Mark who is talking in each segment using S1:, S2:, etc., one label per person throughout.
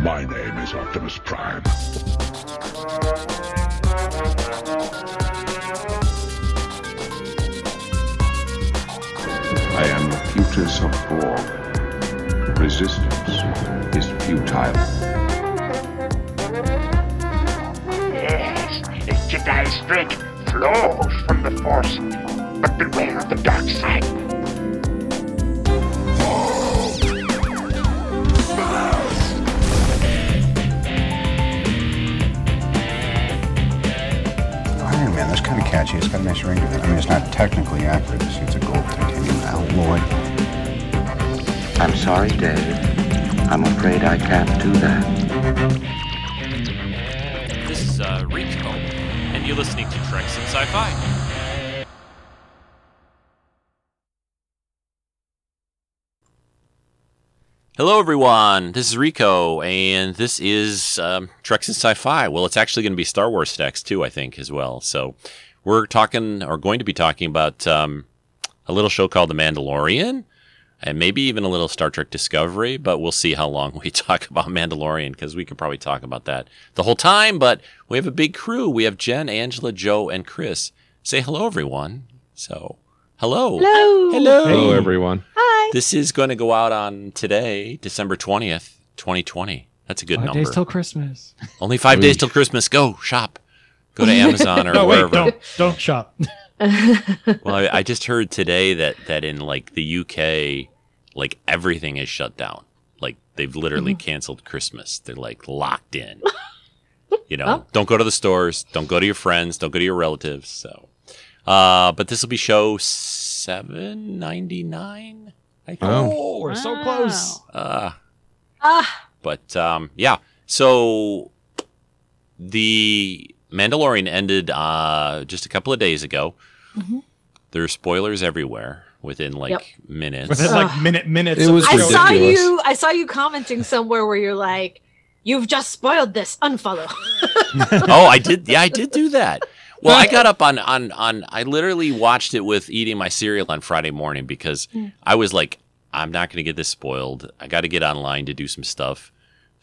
S1: My name is Optimus Prime. I am the Futus of Borg. Resistance is futile.
S2: Yes, the Jedi strength flows from the Force, but beware of the dark side.
S3: Iron Man, that's kind of catchy. It's got a nice ring to it. I mean, it's not technically accurate. It's, it's a gold titanium alloy.
S4: I'm sorry, Dave. I'm afraid I can't do that.
S5: This is uh, Rico, and you're listening to Treks in Sci-Fi. Hello, everyone. This is Rico, and this is um, Treks in Sci-Fi. Well, it's actually going to be Star Wars Stacks too, I think, as well. So we're talking, or going to be talking about um, a little show called The Mandalorian, and maybe even a little Star Trek Discovery, but we'll see how long we talk about Mandalorian because we could probably talk about that the whole time. But we have a big crew. We have Jen, Angela, Joe, and Chris. Say hello, everyone. So, hello. Hello. Hello,
S6: everyone.
S5: This is going to go out on today, December 20th, 2020. That's a good number.
S6: Christmas.
S5: Only five days till Christmas. Go shop. Go to Amazon or
S6: No,
S5: wherever.
S6: wait, don't don't shop.
S5: Well, I, I just heard today that that in like the UK, like everything is shut down. Like they've literally canceled Christmas. They're like locked in. You know, don't go to the stores. Don't go to your friends. Don't go to your relatives. So, uh, but this will be show seven ninety nine. I think.
S6: Oh, we're so close.
S5: But um, yeah, so the Mandalorian ended uh, just a couple of days ago. There are spoilers everywhere within like
S7: Yep.
S5: minutes.
S6: Within like minute minutes.
S3: It
S6: of
S3: was
S6: the
S7: I
S6: show.
S3: ridiculous.
S7: saw you. I saw you commenting somewhere where you're like, "You've just spoiled this. Unfollow."
S5: oh, I did. Yeah, I did do that. Well, I got up on on on. I literally watched it with eating my cereal on Friday morning because I was like, I'm not going to get this spoiled. I got to get online to do some stuff.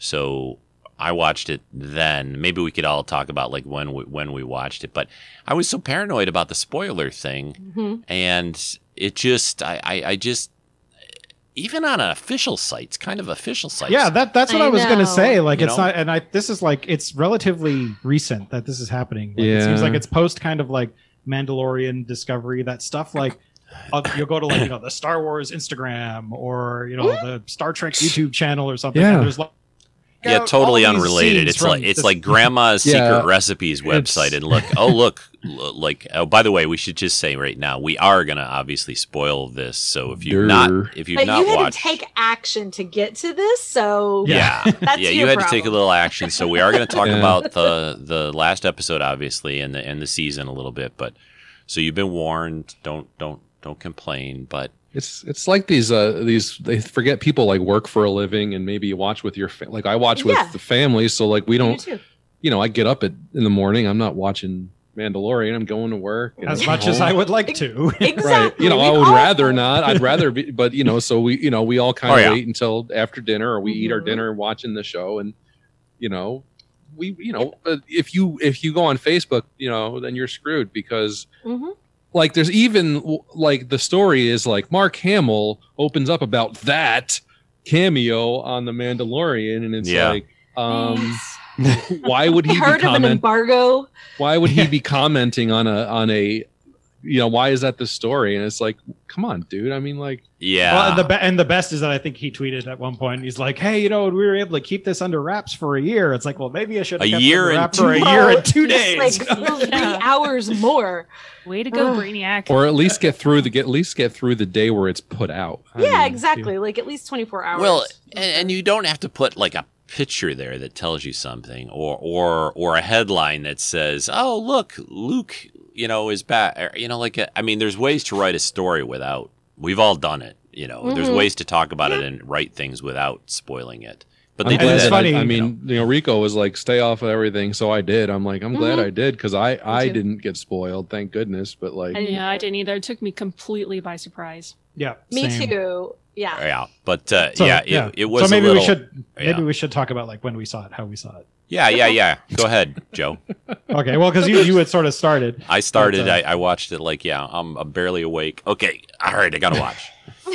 S5: So I watched it then. Maybe we could all talk about like when we, when we watched it. But I was so paranoid about the spoiler thing,
S7: Hmm.
S8: Mm-hmm.
S5: and it just I, I I just even on official sites, kind of official sites.
S6: Yeah, that that's what I,
S7: I
S6: was gonna
S7: know.
S6: say. Like
S5: You
S6: it's
S5: know?
S6: not, and I this is like it's relatively recent that this is happening. Like, It seems
S3: Yeah.
S6: like it's post kind of like Mandalorian Discovery that stuff like. uh, You'll go to like you know the Star Wars Instagram or you know the Star Trek YouTube channel or something.
S3: Yeah.
S6: and there's like
S5: yeah,
S6: out
S5: totally
S6: all these
S5: unrelated.
S6: scenes
S5: It's
S6: from
S5: like it's
S6: this-
S5: like grandma's
S3: Yeah.
S5: secret recipes website, and look, oh look, l- like oh by the way, we should just say right now we are gonna obviously spoil this. So if you've
S3: Durr.
S5: not if you've
S7: but
S5: not
S7: you had
S5: watched,
S7: to take action to get to this, so
S5: yeah,
S7: That's
S5: yeah,
S7: your
S5: you had to take a
S7: problem.
S5: little action. So we are going to talk
S3: Yeah.
S5: about the the last episode, obviously, and the and the season a little bit. But so you've been warned. Don't don't don't complain. But
S9: It's it's like these uh these they forget people like work for a living and maybe you watch with your fa- like I watch with
S7: Yeah.
S9: the family so like we
S7: you
S9: don't
S7: too.
S9: you know I get up at in the morning I'm not watching Mandalorian I'm going to work and
S6: as
S9: I'm
S6: much as
S9: home.
S6: I would like to.
S7: Exactly.
S9: right you know I
S7: We've
S9: would
S7: all-
S9: rather not I'd rather be but you know so we you know we all kind
S5: Oh,
S9: of
S5: yeah.
S9: wait until after dinner or we eat our
S7: Mhm.
S9: dinner watching the show and you know we you know but if you if you go on Facebook you know then you're screwed because
S7: Mhm.
S9: like there's even like the story is like Mark Hamill opens up about that cameo on the Mandalorian and it's
S5: Yeah.
S9: like um why would
S7: I
S9: he be
S7: heard of an
S9: comment
S7: embargo.
S9: why would he be commenting on a on a you know, why is that the story? And it's like, come on, dude. I mean, like,
S5: Yeah.
S6: Well, and the be- and the best is that I think he tweeted at one point. He's like, "Hey, you know, we were able to keep this under wraps for a year." It's like, well, maybe I should
S5: A year and
S6: for a
S5: two-
S6: year and two
S7: Just,
S6: days.
S7: like three
S8: Yeah.
S7: hours more.
S8: Way to go,
S7: Ugh.
S8: Brainiac.
S9: or at least get through the get at least get through the day where it's put out. I
S7: yeah,
S9: mean,
S7: exactly. Like at least 24 hours.
S5: Well, and, and you don't have to put like a picture there that tells you something, or or or a headline that says, "Oh, look, Luke, you know, is back." You know, like uh, I mean, there's ways to write a story without. We've all done it. You know, there's
S7: Mhm.
S5: ways to talk about it and write things without spoiling it. But
S9: I'm
S5: they do
S9: glad
S6: it's
S5: that.
S9: that I-
S6: funny,
S9: I,
S6: you
S9: mean, you know, Rico was like, "Stay off of everything," so I did. I'm like, I'm glad
S7: Mhm.
S9: I did because I I
S7: too.
S9: didn't get spoiled, thank goodness. But like,
S7: I didn't
S8: Yeah, I didn't either. It took me completely by surprise.
S6: yeah,
S7: Me
S6: same.
S7: too. Yeah.
S5: Yeah, but uh,
S6: So,
S5: yeah, it, it was.
S6: So maybe
S5: a little,
S6: we should maybe
S5: yeah.
S6: we should talk about like when we saw it, how we saw it.
S5: Yeah, yeah, yeah. Go ahead, Joe.
S6: Okay, well, because you you had sort of started.
S5: I started.
S6: uh,
S5: I, I watched it. Like, yeah, I'm, I'm barely awake. Okay, all right, I gotta watch.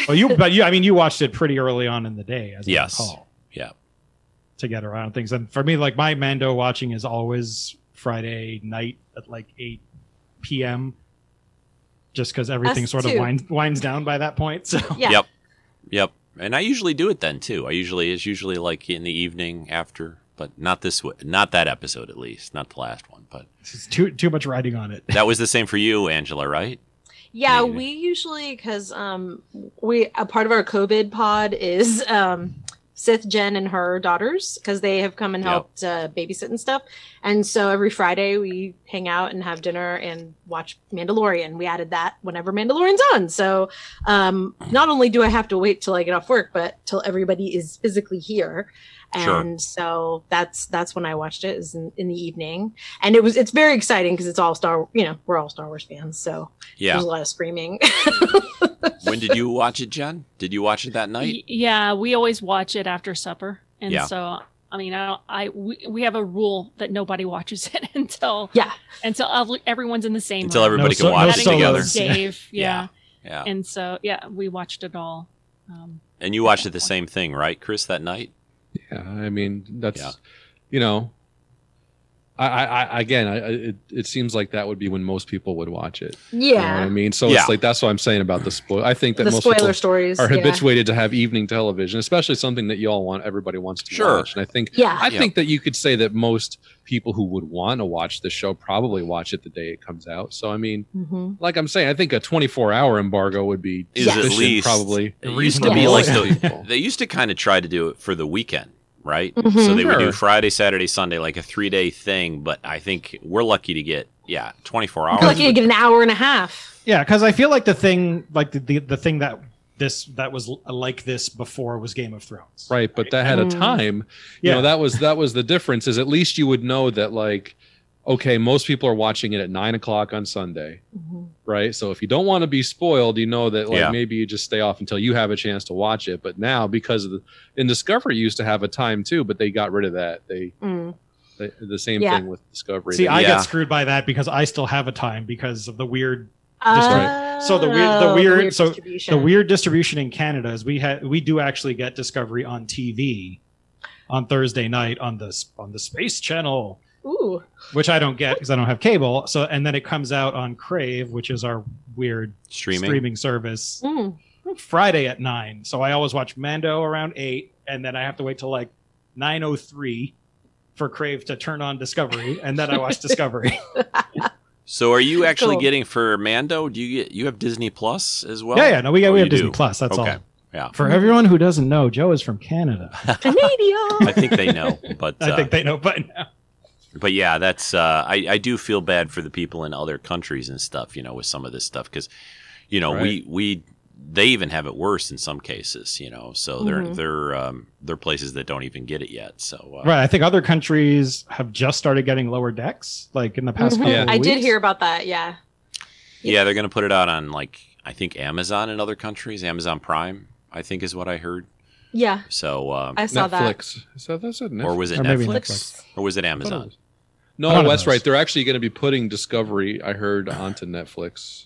S6: Well, you but you I mean you watched it pretty early on in the day as
S5: Yes.
S6: I recall.
S5: Yeah.
S6: To get around things, and for me, like my Mando watching is always Friday night at like eight p.m. Just because everything
S7: Us
S6: sort of
S7: too.
S6: winds winds down by that point. So
S7: Yeah.
S5: Yep. Yep. And I usually do it then too. I usually it's usually like in the evening after, but not this w- not that episode at least, not the last one. But
S6: it's too too much riding on it.
S5: that was the same for you, Angela, right?
S7: Yeah,
S5: Maybe.
S7: we usually because um we a part of our COVID pod is um Sith Jen and her daughters because they have come and
S5: Yep.
S7: helped uh, babysit and stuff. And so every Friday we hang out and have dinner and watch Mandalorian. We added that whenever Mandalorian's on. So um not only do I have to wait till I get off work, but till everybody is physically here.
S5: Sure.
S7: And so that's that's when I watched it is in, in the evening, and it was it's very exciting because it's all Star you know we're all Star Wars fans so
S5: Yeah.
S7: there's a lot of screaming.
S5: when did you watch it, Jen? Did you watch it that night?
S8: Y- yeah, we always watch it after supper, and
S5: Yeah.
S8: so I mean, I don't. I we, we have a rule that nobody watches it until
S7: yeah.
S8: until ev- everyone's in the same
S5: Until
S8: room.
S5: everybody
S6: so-
S5: can watch
S8: That
S5: it
S6: no
S5: together.
S8: includes
S6: solos.
S8: Dave, yeah.
S5: Yeah.
S8: and so yeah, we watched it all. Um,
S5: And you watched it the same thing, right, Chris, that night?
S9: yeah, I mean, that's
S5: Yeah.
S9: you know, I I, I again, I, I it, it seems like that would be when most people would watch it. You know what I
S7: Yeah.
S9: mean, so
S5: Yeah.
S9: it's like that's what I'm saying about the spoil. I think that
S7: The
S9: most
S7: spoiler
S9: people
S7: stories.
S9: are
S7: yeah.
S9: habituated to have evening television, especially something that you all want, everybody wants to
S5: Sure.
S9: watch. And I think
S7: Yeah.
S9: I
S5: Yeah.
S9: think that you could say that most people who would want to watch the show probably watch it the day it comes out. So I mean,
S7: Mhm.
S9: like I'm saying, I think a 24 hour embargo would be
S5: Is at
S9: sufficient,
S5: least-
S9: probably.
S5: It used to
S6: reasonable
S5: be like
S6: amount
S9: of
S5: the,
S9: people.
S5: they used to kind of try to do it for the weekend, right?
S7: Mhm.
S5: So they would do
S9: Sure.
S5: Friday, Saturday, Sunday, like a three day thing. But I think we're lucky to get yeah, twenty four hours.
S7: You're lucky to get an hour and a half.
S6: Yeah, because I feel like the thing, like the, the the thing that this that was l- like this before was Game of Thrones.
S9: Right, but that had a
S7: Mm.
S9: time. You
S6: Yeah.
S9: know, that was that was the difference. Is at least you would know that like, okay, most people are watching it at nine o'clock on Sunday.
S7: Mhm.
S9: right? So if you don't want to be spoiled, you know that like
S5: Yeah.
S9: maybe you just stay off until you have a chance to watch it. But now because of the in Discovery used to have a time too, but they got rid of that. They,
S7: Mm.
S9: they the same
S7: Yeah.
S9: thing with Discovery.
S6: See,
S9: They-
S6: I
S5: Yeah.
S6: get screwed by that because I still have a time because of the weird
S7: Oh,
S6: So the weird- the weird- so the
S7: distribution.
S6: the weird distribution in Canada is we had we do actually get Discovery on TV on Thursday night on the s- on the Space Channel,
S7: Ooh.
S6: which I don't get because I don't have cable. So and then it comes out on Crave, which is our weird
S5: streaming.
S6: streaming service.
S7: Mm.
S6: Friday at nine. So I always watch Mando around eight, and then I have to wait till like nine oh three for Crave to turn on Discovery, and then I watch Discovery.
S5: So are you actually
S7: Cool.
S5: getting for Mando? Do you get you have Disney Plus as well?
S6: yeah, yeah, no, we got
S5: Oh,
S6: we
S5: you
S6: have Disney
S5: do.
S6: Plus. That's
S5: Okay.
S6: all.
S5: Yeah.
S6: For everyone who doesn't know, Joe is from Canada.
S5: I
S7: Canada.
S5: think they know, but uh,
S6: I think they know by now.
S5: but yeah, that's uh, I I do feel bad for the people in other countries and stuff, you know, with some of this stuff because you know we we they even have it worse in some cases, you know. So they're
S7: Mhm.
S5: they're um, they're places that don't even get it yet. So uh,
S6: Right. I think other countries have just started getting lower decks, like in the past.
S7: Mhm.
S6: Couple
S9: Yeah.
S6: of
S7: I did
S6: weeks.
S7: hear about that. Yeah.
S5: yeah, they're gonna put it out on like I think Amazon in other countries, Amazon Prime, I think is what I heard.
S7: Yeah.
S5: So um,
S7: I saw
S9: Netflix. So that's a Netflix.
S5: or was it
S6: Or maybe
S5: Netflix
S7: that. Netflix.
S5: or was it
S9: I thought it
S5: Amazon?
S9: was-
S6: One
S9: No,
S6: of
S9: that's
S6: those.
S9: right. They're actually going to be putting Discovery, I heard, onto Netflix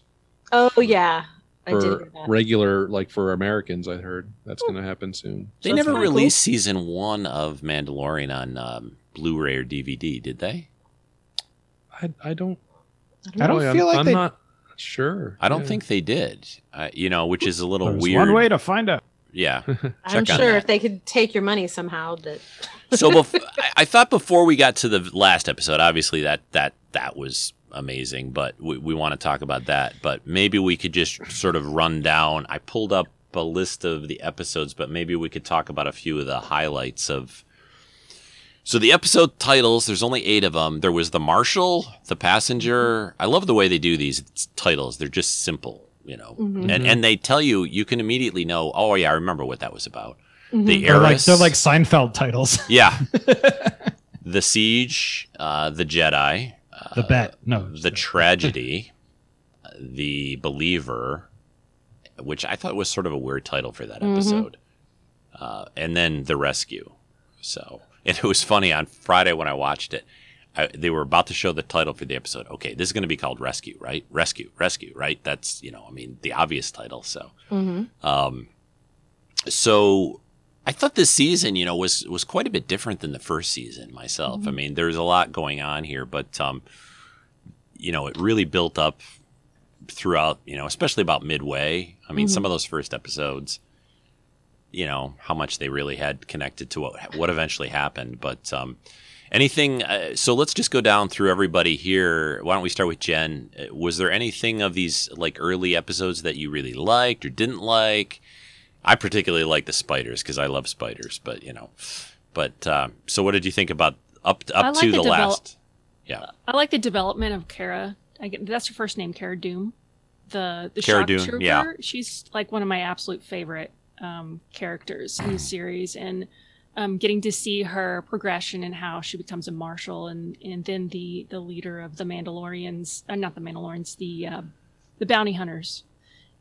S7: Oh yeah. I
S9: for
S7: did hear that. Hmm.
S9: regular, like for Americans. I heard that's going to happen soon.
S5: They
S7: So that's
S5: never
S7: kinda cool.
S5: released season one of Mandalorian on um, Blu-ray or DVD, did they?
S9: I, I don't.
S6: I don't
S9: really-
S6: feel
S9: I'm,
S6: like
S9: I'm
S6: they.
S9: not. Sure.
S5: I don't
S9: yeah.
S5: think they did. Uh, you know, which is a little
S6: There's
S5: weird.
S6: One way to find out.
S5: yeah. Check
S3: I'm
S5: on
S3: sure
S5: that.
S3: if they could take your money somehow, that
S5: so bef- I- I thought before we got to the last episode, obviously that that that was amazing, but we, we want to talk about that. But maybe we could just sort of run down. I pulled up a list of the episodes, but maybe we could talk about a few of the highlights of. So the episode titles, there's only eight of them. There was the Marshal, the Passenger.
S6: Mm-hmm.
S5: I love the way they do these titles. They're just simple, you know,
S6: Mhm.
S5: and and they tell you you can immediately know. Oh yeah, I remember what that was about. The
S6: Mm-hmm. They're like
S5: heiress.
S6: they're like Seinfeld titles.
S5: Yeah. the Siege, uh, The Jedi, uh,
S6: the bet. No.
S5: The Tragedy, uh, The Believer, which I thought was sort of a weird title for that
S6: Mhm.
S5: episode, uh, and then The Rescue. So, and it was funny on Friday when I watched it. I, they were about to show the title for the episode. Okay, this is going to be called Rescue, right? Rescue, Rescue, right? That's, you know, I mean, the obvious title. So, um, so I thought this season, you know, was was quite a bit different than the first season myself. I
S6: Mhm.
S5: mean, there's a lot going on here, but um, you know, it really built up throughout. You know, especially about midway. I mean,
S6: Mhm.
S7: Mm-hmm.
S5: some of those first episodes, you know, how much they really had connected to what what eventually happened. But um, anything. Uh, so let's just go down through everybody here. Why don't we start with Jen? Uh, Was there anything of these like early episodes that you really liked or didn't like? I particularly like the spiders because I love spiders, but you know, but um, so what did you think about up up
S7: I like
S5: to
S7: the
S5: the,
S7: develop-
S5: last? Yeah,
S7: I like the development of Kara. I get, that's her first name, Kara Doom. The the
S5: Cara
S7: shock
S5: Dune,
S7: trooper.
S5: yeah.
S7: She's like one of my absolute favorite um, characters in the series, and um, getting to see her progression and how she becomes a marshal and and then the the leader of the Mandalorians, uh, not the Mandalorians, the uh, the bounty hunters,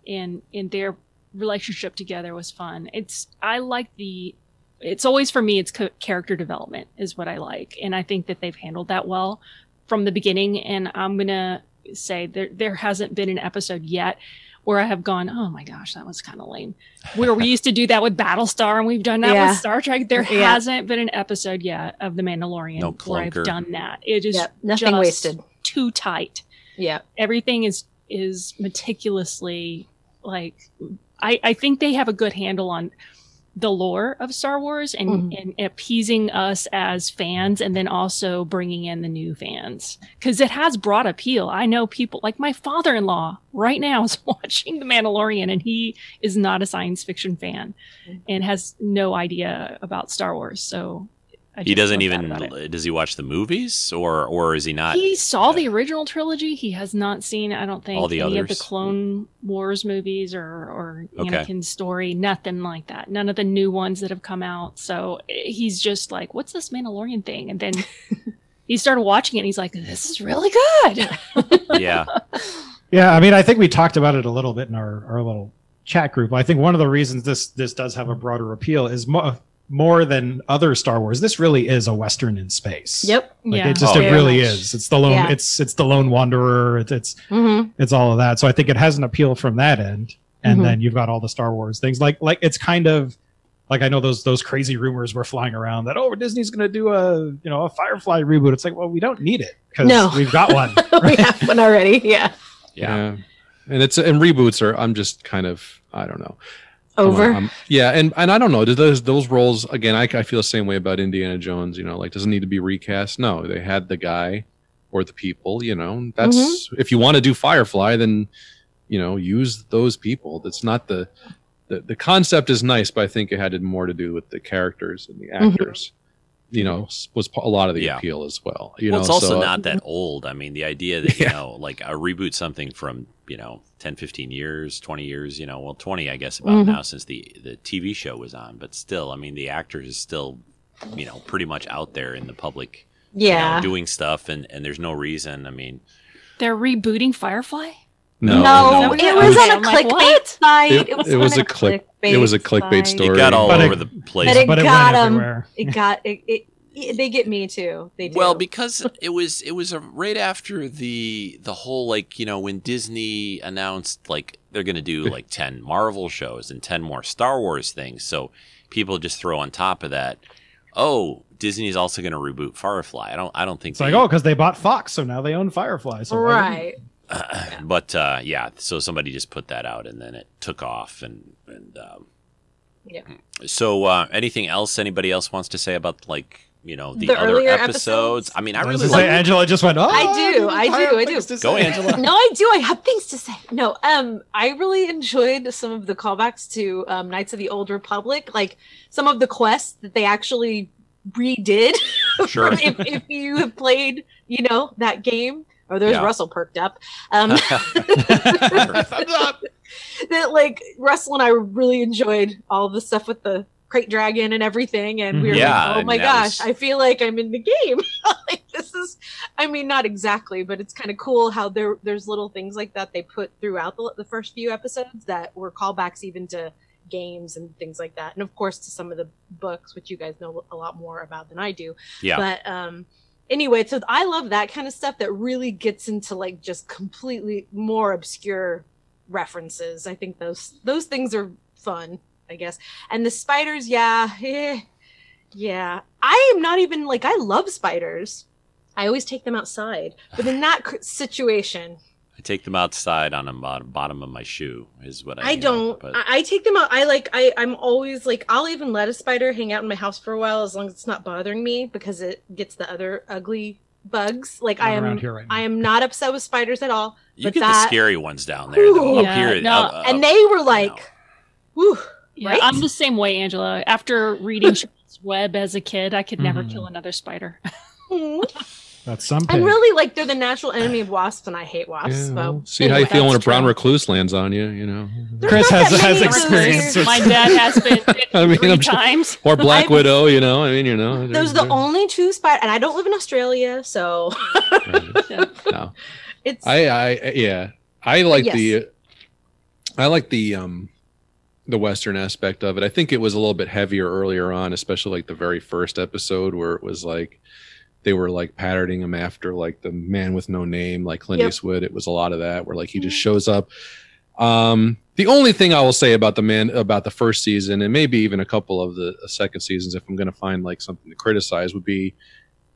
S7: and and their relationship together was fun. It's I like the it's always for me it's co- character development is what I like, and I think that they've handled that well from the beginning and i'm gonna say there there hasn't been an episode yet where i have gone oh my gosh that was kind of lame where we used to do that with battlestar and we've done that
S3: Yeah.
S7: with star trek there
S3: Yeah.
S7: hasn't been an episode yet of the mandalorian
S5: No
S7: where i've
S5: clunker.
S7: done that it is
S3: Yep, nothing
S7: just
S3: wasted.
S7: too tight
S3: yeah.
S7: everything is is meticulously like I, I think they have a good handle on the lore of Star Wars and, and appeasing us as fans and then also bringing in the new fans because it has broad appeal. I know people like my father in law right now is watching The Mandalorian and he is not a science fiction fan and has no idea about Star Wars. So I
S5: he
S7: just
S5: doesn't
S7: love that
S5: even
S7: about it.
S5: does he watch the movies or or is he not?
S7: He saw the original trilogy. He has not seen, I don't think,
S5: All the
S7: any of
S5: others?
S7: the Clone Wars movies or or
S5: Okay.
S7: Anakin's story. Nothing like that. None of the new ones that have come out. So eh, he's just like, "What's this Mandalorian thing?" And then he started watching it. and He's like, "This is really good."
S5: yeah,
S6: Yeah, I mean, I think we talked about it a little bit in our, our little chat group. I think one of the reasons this this does have a broader appeal is mo- more than other Star Wars. This really is a Western in space.
S3: Yep.
S6: Like
S7: yeah.
S6: it
S5: Oh,
S6: just it
S3: Very
S6: really
S3: much.
S6: is. It's the lone
S3: Yeah.
S6: it's it's the lone wanderer. It's it's
S3: Mm-hmm.
S6: it's all of that. So I think it has an appeal from that end. And
S7: Mm-hmm.
S3: Mhm.
S6: then you've got all the Star Wars things. Like like it's kind of like I know those those crazy rumors were flying around that oh Disney's going to do a you know a Firefly reboot. It's like well we don't need it because
S3: No.
S6: we've got one.
S3: we have one already. Yeah.
S5: yeah,
S9: And it's and reboots are I'm just kind of I don't know. I'm-
S3: Over.
S9: I'm- yeah, and and I don't know. Do those those roles again? I, I feel the same way about Indiana Jones. You know, like doesn't need to be recast. No, they had the guy or the people. You know, that's
S3: Mm-hmm.
S9: if you want to do Firefly, then you know use those people. That's not the the, the concept is nice, but I think it had more to do with the characters and the
S3: Mhm.
S9: actors. You know, was a lot of the
S5: Yeah.
S9: appeal as well. You
S5: well,
S9: know,
S5: it's also
S9: so- uh,
S5: not that old. I mean, the idea that you know, like I reboot something from you know 10, 15 years, twenty years, you know, well, twenty I guess about
S7: Mm-hmm.
S3: Mhm.
S5: now since the the TV show was on, but still, I mean, the actor is still, you know, pretty much out there in the public, you know,
S3: Yeah.
S5: doing stuff, and and there's no reason. I mean,
S7: They're rebooting Firefly.
S9: no,
S3: no,
S5: no.
S3: it was on a
S7: I'm like,
S3: clickbait
S7: what?
S3: site.
S9: It-
S3: It, was,
S9: it was
S3: on
S9: a click- it was a clickbait
S3: site.
S9: story.
S5: it got all
S6: But it-
S5: over the place.
S3: But it
S6: But it
S3: got
S6: went
S3: them.
S6: everywhere.
S3: It got it, it, it- They get me too. They do.
S5: Well, because it was it was uh, right after the the whole like you know when Disney announced like they're gonna do like ten Marvel shows and ten more Star Wars things, so people just throw on top of that. Oh, Disney's also gonna reboot Firefly. I don't I don't think
S6: It's like oh because they bought Fox, so now they own Firefly. So why wouldn't
S3: right.
S5: but uh, yeah, so somebody just put that out, and then it took off. And and um,
S7: Yeah.
S5: so, uh, anything else anybody else wants to say about like you know the,
S7: The
S5: other
S7: earlier
S5: episodes? I mean, I
S6: I was
S5: really
S6: gonna say,
S5: like.
S6: Angela just went, oh,
S7: I do, I do, I do.
S5: Go, Angela.
S7: no, I do. I have things to say. No, um, I really enjoyed some of the callbacks to um, Knights of the Old Republic, like some of the quests that they actually redid.
S5: Sure.
S7: if, if you have played, you know, that game. Oh, there's
S5: Yeah.
S7: Russell perked up. Um,
S5: Thumbs
S7: up. that like Russell and I really enjoyed all the stuff with the crate dragon and everything, and we were
S5: Mhm. Yeah,
S7: like, "Oh
S5: and
S7: my
S5: that
S7: gosh,
S5: was-
S7: I feel like I'm in the game." like this is, I mean, not exactly, but it's kind of cool how there there's little things like that they put throughout the, the first few episodes that were callbacks even to games and things like that, and of course to some of the books, which you guys know a lot more about than I do.
S5: Yeah.
S7: But um anyway, so I love that kind of stuff that really gets into like just completely more obscure references. I think those those things are fun, I guess. And the spiders, yeah. eh, yeah. I am not even like I love spiders. I always take them outside. But in that cr- situation,
S5: I take them outside on the bottom, bottom of my shoe is what I.
S7: I
S5: do,
S7: don't. uh,
S5: but-
S7: I, I take them out. I like. I I'm always like. I'll even let a spider hang out in my house for a while as long as it's not bothering me because it gets the other ugly bugs. Like
S6: Not
S7: I am.
S6: around here right now.
S7: I am not upset with spiders at all.
S5: you
S7: but
S5: get
S7: that,
S5: the scary ones down there. Though.
S7: Ooh.
S5: Up
S8: Yeah,
S5: here,
S8: no,
S5: up- up-
S7: and they were like, whew,
S8: Yeah,
S7: right?
S8: I'm the same way, Angela. After reading Charlotte's Web as a kid, I could never
S6: Mhm.
S8: kill another spider.
S7: Mm.
S6: That's something.
S7: and really, like they're the natural enemy of wasps, and I hate wasps.
S9: Yeah,
S7: So
S9: well, see how you
S7: anyway,
S9: feel when a
S7: that's
S9: brown
S7: true.
S9: recluse lands on you, you know.
S7: There's
S6: Chris
S7: not
S6: has-
S7: that
S6: has
S7: many of those
S6: experience
S7: here.
S6: with-
S8: My dad has been bitten
S9: I mean,
S8: 3
S9: I'm sure-
S8: times.
S9: Or Black
S7: I've-
S9: Widow, you know. I mean, you know.
S7: Those are the only two spiders, and I don't live in Australia, so
S9: No.
S7: it's
S9: I, I, yeah, I like
S7: Yes.
S9: the, I like the, um, the Western aspect of it. I think it was a little bit heavier earlier on, especially like the very first episode where it was like, they were like patterning him after like the man with no name, like Clint
S7: Yep.
S9: Eastwood. It was a lot of that where like he just shows up. Um, the only thing I will say about the man about the first season and maybe even a couple of the second seasons, if I'm going to find like something to criticize, would be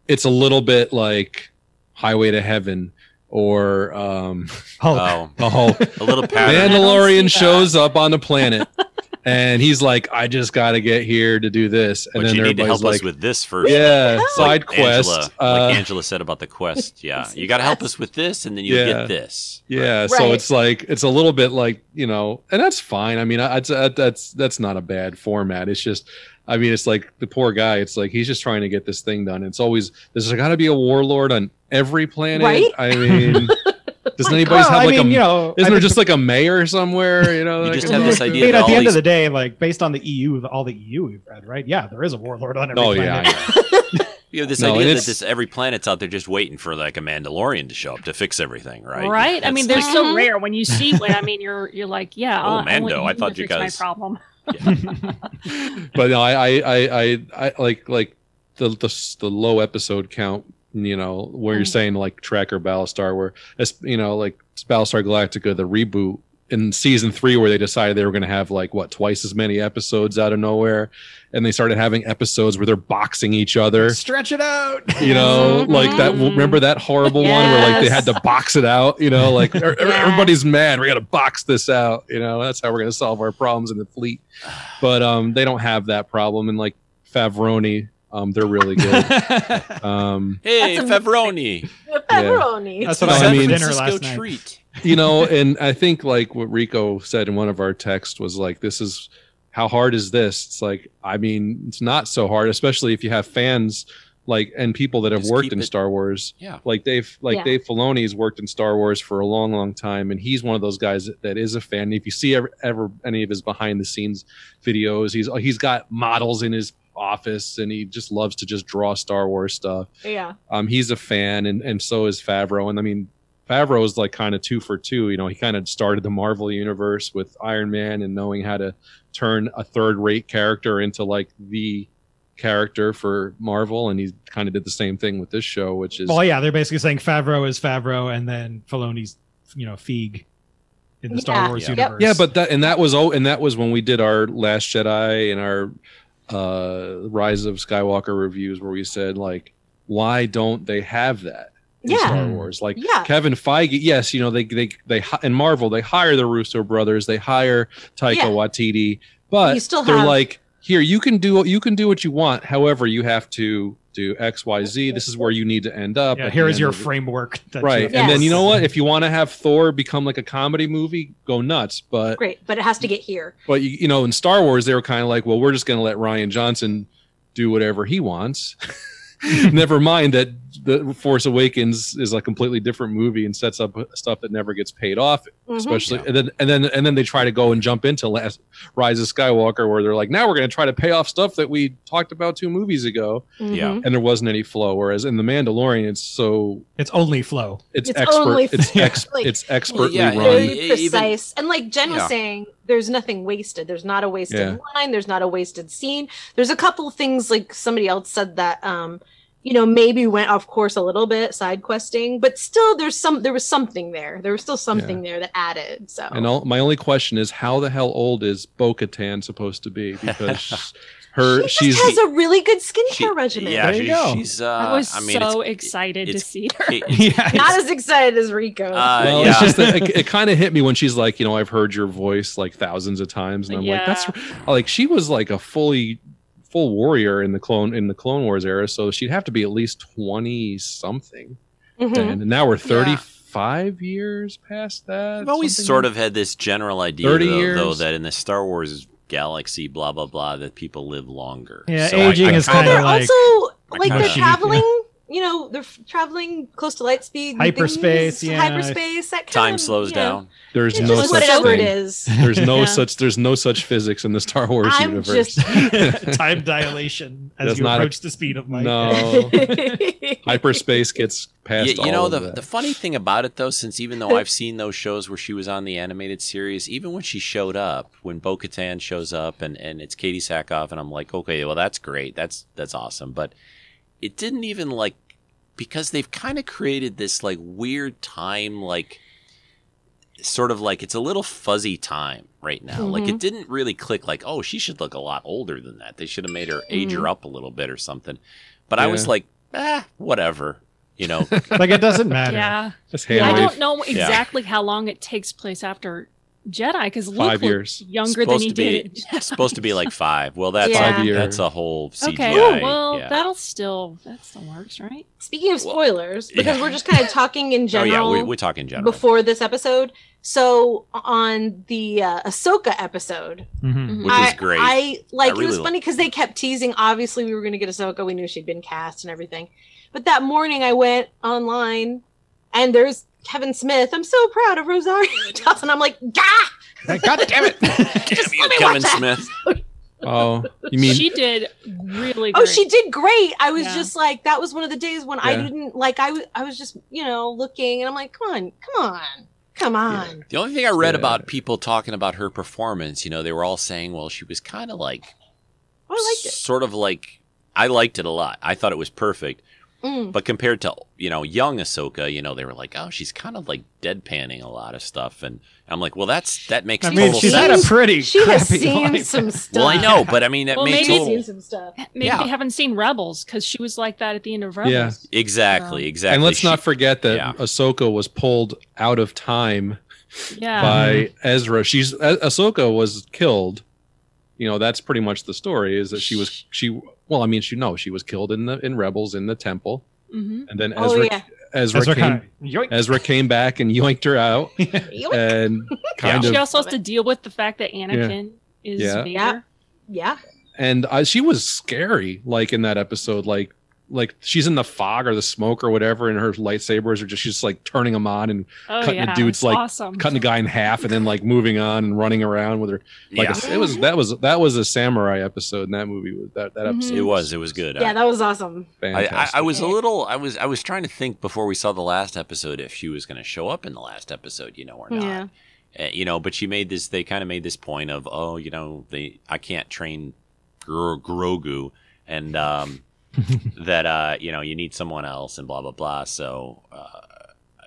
S9: it's a little bit like Highway to Heaven or um,
S6: Hulk.
S5: oh,
S9: the whole
S5: a little pattern.
S8: I don't see
S9: Mandalorian
S8: that.
S9: shows up on the planet. And he's like, I just got to get here to do this, and
S5: but
S9: then
S5: you need to
S9: everybody's
S5: help
S9: like,
S5: us with this first.
S9: "Yeah,
S5: Oh, Like
S9: side quest."
S5: Angela,
S9: uh,
S5: like Angela said about the quest. Yeah, you got to help us with this, and then you
S9: Yeah.
S5: get this.
S9: Yeah,
S7: Right.
S9: so it's like it's a little bit like you know, and that's fine. I mean, I, I'd say that's that's not a bad format. It's just, I mean, it's like the poor guy. It's like he's just trying to get this thing done. It's always there's got to be a warlord on every planet.
S7: Right?
S9: I mean, doesn't anybody
S6: Well,
S9: have
S6: I
S9: like
S6: mean,
S9: a?
S6: you know, I
S9: isn't there
S6: think
S9: just like a mayor somewhere? You know,
S5: You
S9: that
S5: just
S9: can
S5: have
S9: look
S5: this
S9: at-
S5: idea
S6: I mean,
S5: that
S6: at the
S5: all
S6: end
S5: these-
S6: of the day, like based on the EU, the- all the EU we've read, right? Yeah, there is a warlord on every
S9: Oh
S6: planet.
S9: yeah, yeah.
S5: You have this
S9: No, and
S5: idea that
S9: it's-
S5: this every planet's out there just waiting for like a Mandalorian to show up to fix everything, right?
S8: Right. I mean,
S5: That's-
S8: they're so
S7: Mhm.
S8: rare. When you see one, I mean, you're you're like, yeah.
S5: Oh,
S8: I'll- I want
S5: Mando, I
S8: to
S5: thought you
S8: fix my
S5: guys-
S8: problem.
S9: but no, I, I, I, I, I like like the, the the low episode count. You know where you're
S8: Mm.
S9: saying like Tracker Battlestar, where as- you know like Battlestar Galactica, the reboot in season three, where they decided they were going to have like what twice as many episodes out of nowhere, and they started having episodes where they're boxing each other.
S6: Stretch it out.
S9: You know, like that.
S8: Mhm.
S9: Remember that horrible one where like they had
S7: Yes.
S9: to box it out. You know, like er- er-
S7: Yes.
S9: everybody's mad. We got to box this out. You know, that's how we're gonna solve our problems in the fleet. But um, they don't have that problem. And like Favroni, um, they're really good. um,
S5: hey,
S7: That's amazing.
S5: Fevroni,
S7: pepperoni.
S6: That's
S5: San
S6: what I had for
S9: mean-
S6: dinner
S5: Francisco
S6: last night.
S5: treat.
S9: you know, and I think like what Rico said in one of our texts was like, this is how hard is this? It's like, I mean, it's not so hard, especially if you have fans like and people that have
S5: Just
S9: worked
S5: keep
S9: in
S5: it-
S9: Star Wars.
S5: Yeah.
S9: Like Dave, like
S7: Yeah.
S9: Dave Filoni's worked in Star Wars for a long, long time, and he's one of those guys that, that is a fan. If you see ever, ever any of his behind the scenes videos, he's he's got models in his office, and he just loves to just draw Star Wars stuff.
S7: Yeah.
S9: Um, he's a fan, and and so is Favreau. And I mean, Favreau is like kind of two for two. You know, he kind of started the Marvel universe with Iron Man and knowing how to turn a third-rate character into like the character for Marvel, and he kind of did the same thing with this show, which is
S6: Well, yeah, they're basically saying Favreau is Favreau, and then Filoni's, you know, Feig in the Star
S7: Yeah.
S6: Wars
S5: Yeah.
S6: universe.
S9: yeah, but that and that was oh, and that was when we did our Last Jedi and our uh Rise of Skywalker reviews, where we said like, why don't they have that? in
S7: Yeah.
S9: Star Wars. Like
S7: Yeah.
S9: Kevin Feige, yes, you know they they they hi- in Marvel they hire the Russo brothers, they hire Taika
S7: Yeah.
S9: Waititi, but
S7: You still
S9: they're
S7: have-
S9: like, here you can do you can do what you want. However, you have to do X Y Z. This is where you need to end up.
S6: Yeah,
S9: at
S6: here
S9: the
S6: is
S9: end
S6: your
S9: of the-
S6: framework. that
S9: right,
S6: you-
S9: and then you know what? If you want to have Thor become like a comedy movie, go nuts. But
S7: Great, but it has to get here.
S9: but you, you know, in Star Wars, they were kind of like, well, we're just going to let Ryan Johnson do whatever he wants. never mind that the Force Awakens is a completely different movie and sets up stuff that never gets paid off.
S7: Mhm.
S9: Especially and then and then and then they try to go and jump into Last Rise of Skywalker, where they're like, now we're going to try to pay off stuff that we talked about two movies ago.
S7: Yeah.
S9: and there wasn't any flow. Whereas in The Mandalorian, it's so
S6: it's only flow.
S9: It's,
S7: It's
S9: expert.
S7: only
S9: it's
S7: flow.
S9: ex,
S7: Like-
S9: it's expertly
S5: yeah,
S9: run.
S5: Right.
S7: Very
S5: E- even-
S7: precise. and like Jen was
S9: Yeah.
S7: saying, there's nothing wasted. There's not a wasted
S9: Yeah.
S7: line. There's not a wasted scene. There's a couple things like somebody else said that, um, you know, maybe went off course a little bit, side questing, but still, there's some. There was something there. There was still something there that added. So
S9: And all, my only question is, how the hell old is Bo Katan supposed to be? Because her,
S7: she
S9: she's
S7: just has a really good skincare
S9: she-
S7: regimen.
S9: yeah, There you she- go.
S5: She's. Uh,
S8: I was
S5: I mean,
S8: so
S5: it's,
S8: excited to
S5: it's-
S8: see her.
S9: Yeah.
S7: not as excited as Rico.
S5: Uh,
S9: well,
S5: yeah.
S9: it's just that it, it kind of hit me when she's like, you know, I've heard your voice like thousands of times, and I'm like, that's like she was like a fully full warrior in the clone in the Clone Wars era, so she'd have to be at least twenty something,
S7: Mhm.
S9: and now we're thirty
S5: Yeah.
S9: five years past that.
S5: I've always
S9: something
S5: sort
S9: like-
S5: of had this general idea,
S9: 30
S5: though, though,
S9: years?
S5: that in the Star Wars galaxy, blah blah blah, that people live longer.
S6: Yeah,
S5: I-
S6: aging
S5: I
S6: is
S5: kinda-
S6: kinda
S7: they're
S6: like-
S7: also like
S5: kinda-
S7: they're
S5: mushy,
S7: traveling. You know, they're f- traveling close to light speed. and
S9: Hyperspace,
S7: things,
S9: yeah.
S7: hyperspace. That kind
S5: Time
S7: of,
S5: slows
S7: yeah.
S5: down.
S9: There's
S7: It's
S9: no
S7: just
S9: such
S7: whatever it
S9: thing.
S7: is.
S9: There's no
S7: Yeah.
S9: such there's no such physics in the Star Wars
S7: I'm
S9: universe.
S6: time dilation as
S9: That's
S6: you
S9: not a-
S6: approach the speed of light.
S9: No.
S7: Oh.
S9: Hyperspace gets past.
S5: Yeah, you know
S9: all of
S5: the
S9: that.
S5: the funny thing about it though, since even though I've seen those shows where she was on the animated series, even when she showed up, when Bo Katan shows up and, and it's Katie Sackhoff, and I'm like, okay, well that's great, that's that's awesome, but it didn't even like because they've kind of created this like weird time like sort of like it's a little fuzzy time right now like it
S10: Mhm.
S5: didn't really click like oh she should look a lot older than that they should have made her age her up a little bit or something but i was
S9: Yeah.
S5: like ah whatever you know
S6: like it doesn't matter.
S8: Yeah.
S9: Just hand
S8: I
S9: wave.
S8: don't know
S5: Yeah.
S8: exactly how long it takes place after Jedi because Luke looked
S5: Five years.
S8: younger
S5: supposed
S8: than he
S5: to be,
S8: did. in Jedi.
S5: supposed to be like five. Well, that's
S8: Yeah. Five years.
S5: that's a whole CGI.
S8: Okay, well,
S5: yeah.
S8: that'll still that still works, right?
S7: Speaking of spoilers, because
S5: yeah.
S7: we're just kind of talking in
S5: oh yeah,
S7: general.
S5: we, we talk in general.
S7: before this episode. So on the uh, Ahsoka episode,
S6: Mm-hmm.
S8: Mm-hmm.
S5: Mhm. Which
S7: I,
S5: was great.
S7: I like
S5: I
S7: it was
S5: really-
S7: funny because they kept teasing. Obviously, we were going to get Ahsoka. We knew she'd been cast and everything. But that morning, I went online, and there's Kevin Smith. I'm so proud of Rosario Dawson. I'm like, gah!
S6: God damn it!
S7: Just let me
S5: Kevin
S7: watch that.
S5: Smith.
S9: Oh, you mean
S8: she did really?
S7: Oh,
S8: great.
S7: she did great. I was
S8: Yeah.
S7: just like, that was one of the days when I
S5: Yeah.
S7: didn't like. I was, I was just, you know, looking, and I'm like, come on, come on, come on.
S5: The only thing I read about people talking about her performance, you know, they were all saying, well, she was kind of like,
S8: Oh,
S7: Oh, I
S5: liked it. Sort of like, I liked it a lot. I thought it was perfect.
S7: Mm.
S5: But compared to you know young Ahsoka, you know they were like, oh, she's kind of like deadpanning a lot of stuff, and I'm like, well, that's that makes
S6: I mean,
S5: total
S6: she's had
S5: sense.
S6: a pretty
S7: She has
S6: crappy
S7: seen
S6: life.
S7: some stuff.
S5: Well, I know, but I mean, that
S8: Well,
S5: makes
S8: maybe-
S5: total
S7: some stuff.
S8: Maybe
S5: Yeah.
S8: they haven't seen Rebels because she was like that at the end of Rebels.
S9: Yeah.
S8: Um,
S5: exactly, exactly.
S9: And let's
S5: She-
S9: not forget that Ahsoka was pulled out of time
S8: Yeah.
S9: by
S6: Mm-hmm.
S9: Ezra. She's Ah- Ahsoka was killed. You know, that's pretty much the story. Is that she was she? Well, I mean, she no, she was killed in the in rebels in the temple,
S8: Mhm.
S9: and then Ezra
S7: Oh, yeah.
S9: Ezra,
S6: Ezra
S9: came
S6: kinda yoinked.
S9: Ezra came back and yoinked her out,
S5: uh,
S9: and kind
S8: she
S9: of
S8: also has to deal with the fact that Anakin is
S9: Yeah.
S8: yeah.
S7: Yeah. Yeah.
S9: and I, she was scary like in that episode like like she's in the fog or the smoke or whatever and her lightsabers are just she's like turning them on and
S8: Oh,
S9: cutting
S8: yeah,
S9: the dude's
S8: it's
S9: like
S8: awesome.
S9: cutting the guy in half and then like moving on and running around with her like
S5: Yeah.
S9: it was that was that was a samurai episode and that movie was that that
S8: Mm-hmm.
S7: Mhm.
S9: episode
S5: It was, it was good.
S7: Yeah, that was awesome.
S5: I, I, I
S9: Fantastic.
S5: was a little I was I was trying to think before we saw the last episode if she was going to show up in the last episode, you know, or not.
S7: Yeah.
S5: Uh, you know, but she made this they kind of made this point of, oh, you know, they I can't train Gro- Grogu and um that uh, you know, you need someone else and blah blah blah. So, uh,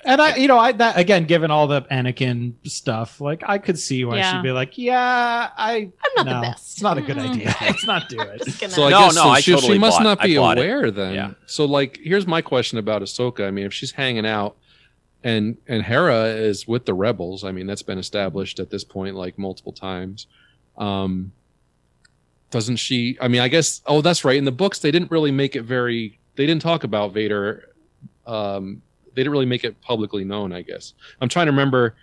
S6: And I, you know, I that again, given all the Anakin stuff, like I could see why
S8: Yeah.
S6: she'd be like, "Yeah, I, I'm
S7: not
S6: the best. It's not a good idea. Let's not do it."
S9: So I
S5: No,
S9: guess
S5: no,
S9: so
S5: I
S9: she,
S5: totally
S9: she must
S5: bought-
S9: not
S5: I
S9: be
S5: bought it.
S9: aware then. So like, here's my question about Ahsoka. I mean, if she's hanging out and and Hera is with the rebels, I mean, that's been established at this point like multiple times. Um, doesn't she? I mean, I guess. Oh, that's right. In the books, they didn't really make it very. They didn't talk about Vader. Um, they didn't really make it publicly known. I guess I'm trying to remember.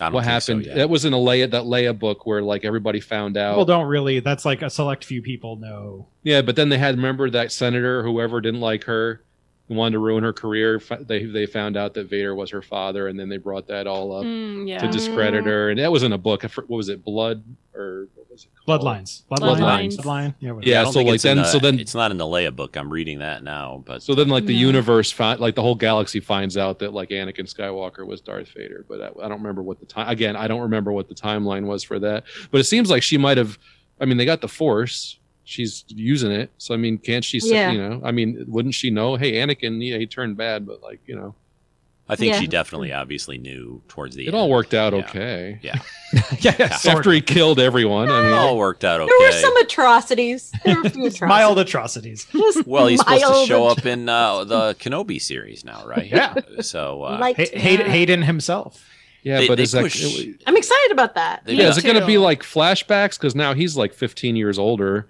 S5: I don't
S9: What
S5: think so,
S9: happened?
S5: yeah.
S9: That was in a Leia that Leia book where like everybody found out.
S6: People don't really. That's like a select few people know.
S9: Yeah, but then they had remember that senator, or whoever didn't like her, and wanted to ruin her career. f- They they found out that Vader was her father, and then they brought that all up
S8: Mm, yeah.
S9: to discredit her. And that was in a book. I fr- What was it? Blood or what was it? Called?
S6: Bloodlines.
S5: Bloodlines.
S6: Bloodlines. Bloodline. Yeah. whatever.
S9: Yeah,
S5: I don't
S9: so,
S5: think
S9: like,
S5: it's in
S9: then-
S5: the-
S9: so then-
S5: it's not in the Leia book. I'm reading that now, but
S9: So then, like the
S8: No.
S9: universe, fi- like the whole galaxy, finds out that like Anakin Skywalker was Darth Vader. But I, I don't remember what the time. Again, I don't remember what the timeline was for that. But it seems like she might have. I mean, they got the Force. She's using it. So I mean, can't she? Say,
S7: Yeah.
S9: You know, I mean, wouldn't she know? Hey, Anakin, yeah, he turned bad, but like, you know,
S5: I think
S7: Yeah.
S5: she definitely obviously knew towards the
S9: it
S5: end.
S9: all worked out
S5: Yeah.
S9: okay.
S5: Yeah.
S6: yeah, yeah, sort
S9: After he killed everyone, I
S5: It
S9: mean,
S5: all worked out
S7: There were
S5: okay.
S7: some atrocities. There were a few
S6: of.
S7: atrocities.
S6: mild atrocities.
S7: Just
S5: Well, he's supposed to
S7: mild
S5: show
S7: atro-
S5: up in uh, the Kenobi series now, right?
S6: Yeah.
S5: So uh,
S7: Like,
S6: Hay- Hay- Hayden himself.
S9: yeah,
S5: They-
S9: but
S5: they
S9: is that?
S5: push-
S9: it-
S7: I'm excited about that.
S5: they
S9: yeah,
S5: do.
S9: is it going to be like flashbacks? Because now he's like 15 years older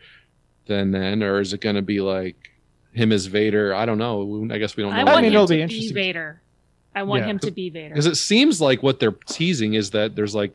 S9: than then, or is it going to be like him as Vader? I don't know. We- I guess we don't
S8: I
S9: know.
S8: want
S6: mean,
S8: him
S6: it'll
S8: to
S6: be
S8: be,
S6: interesting.
S8: Vader. I want
S6: Yeah.
S8: him to be Vader.
S9: Because it seems like what they're teasing is that there's like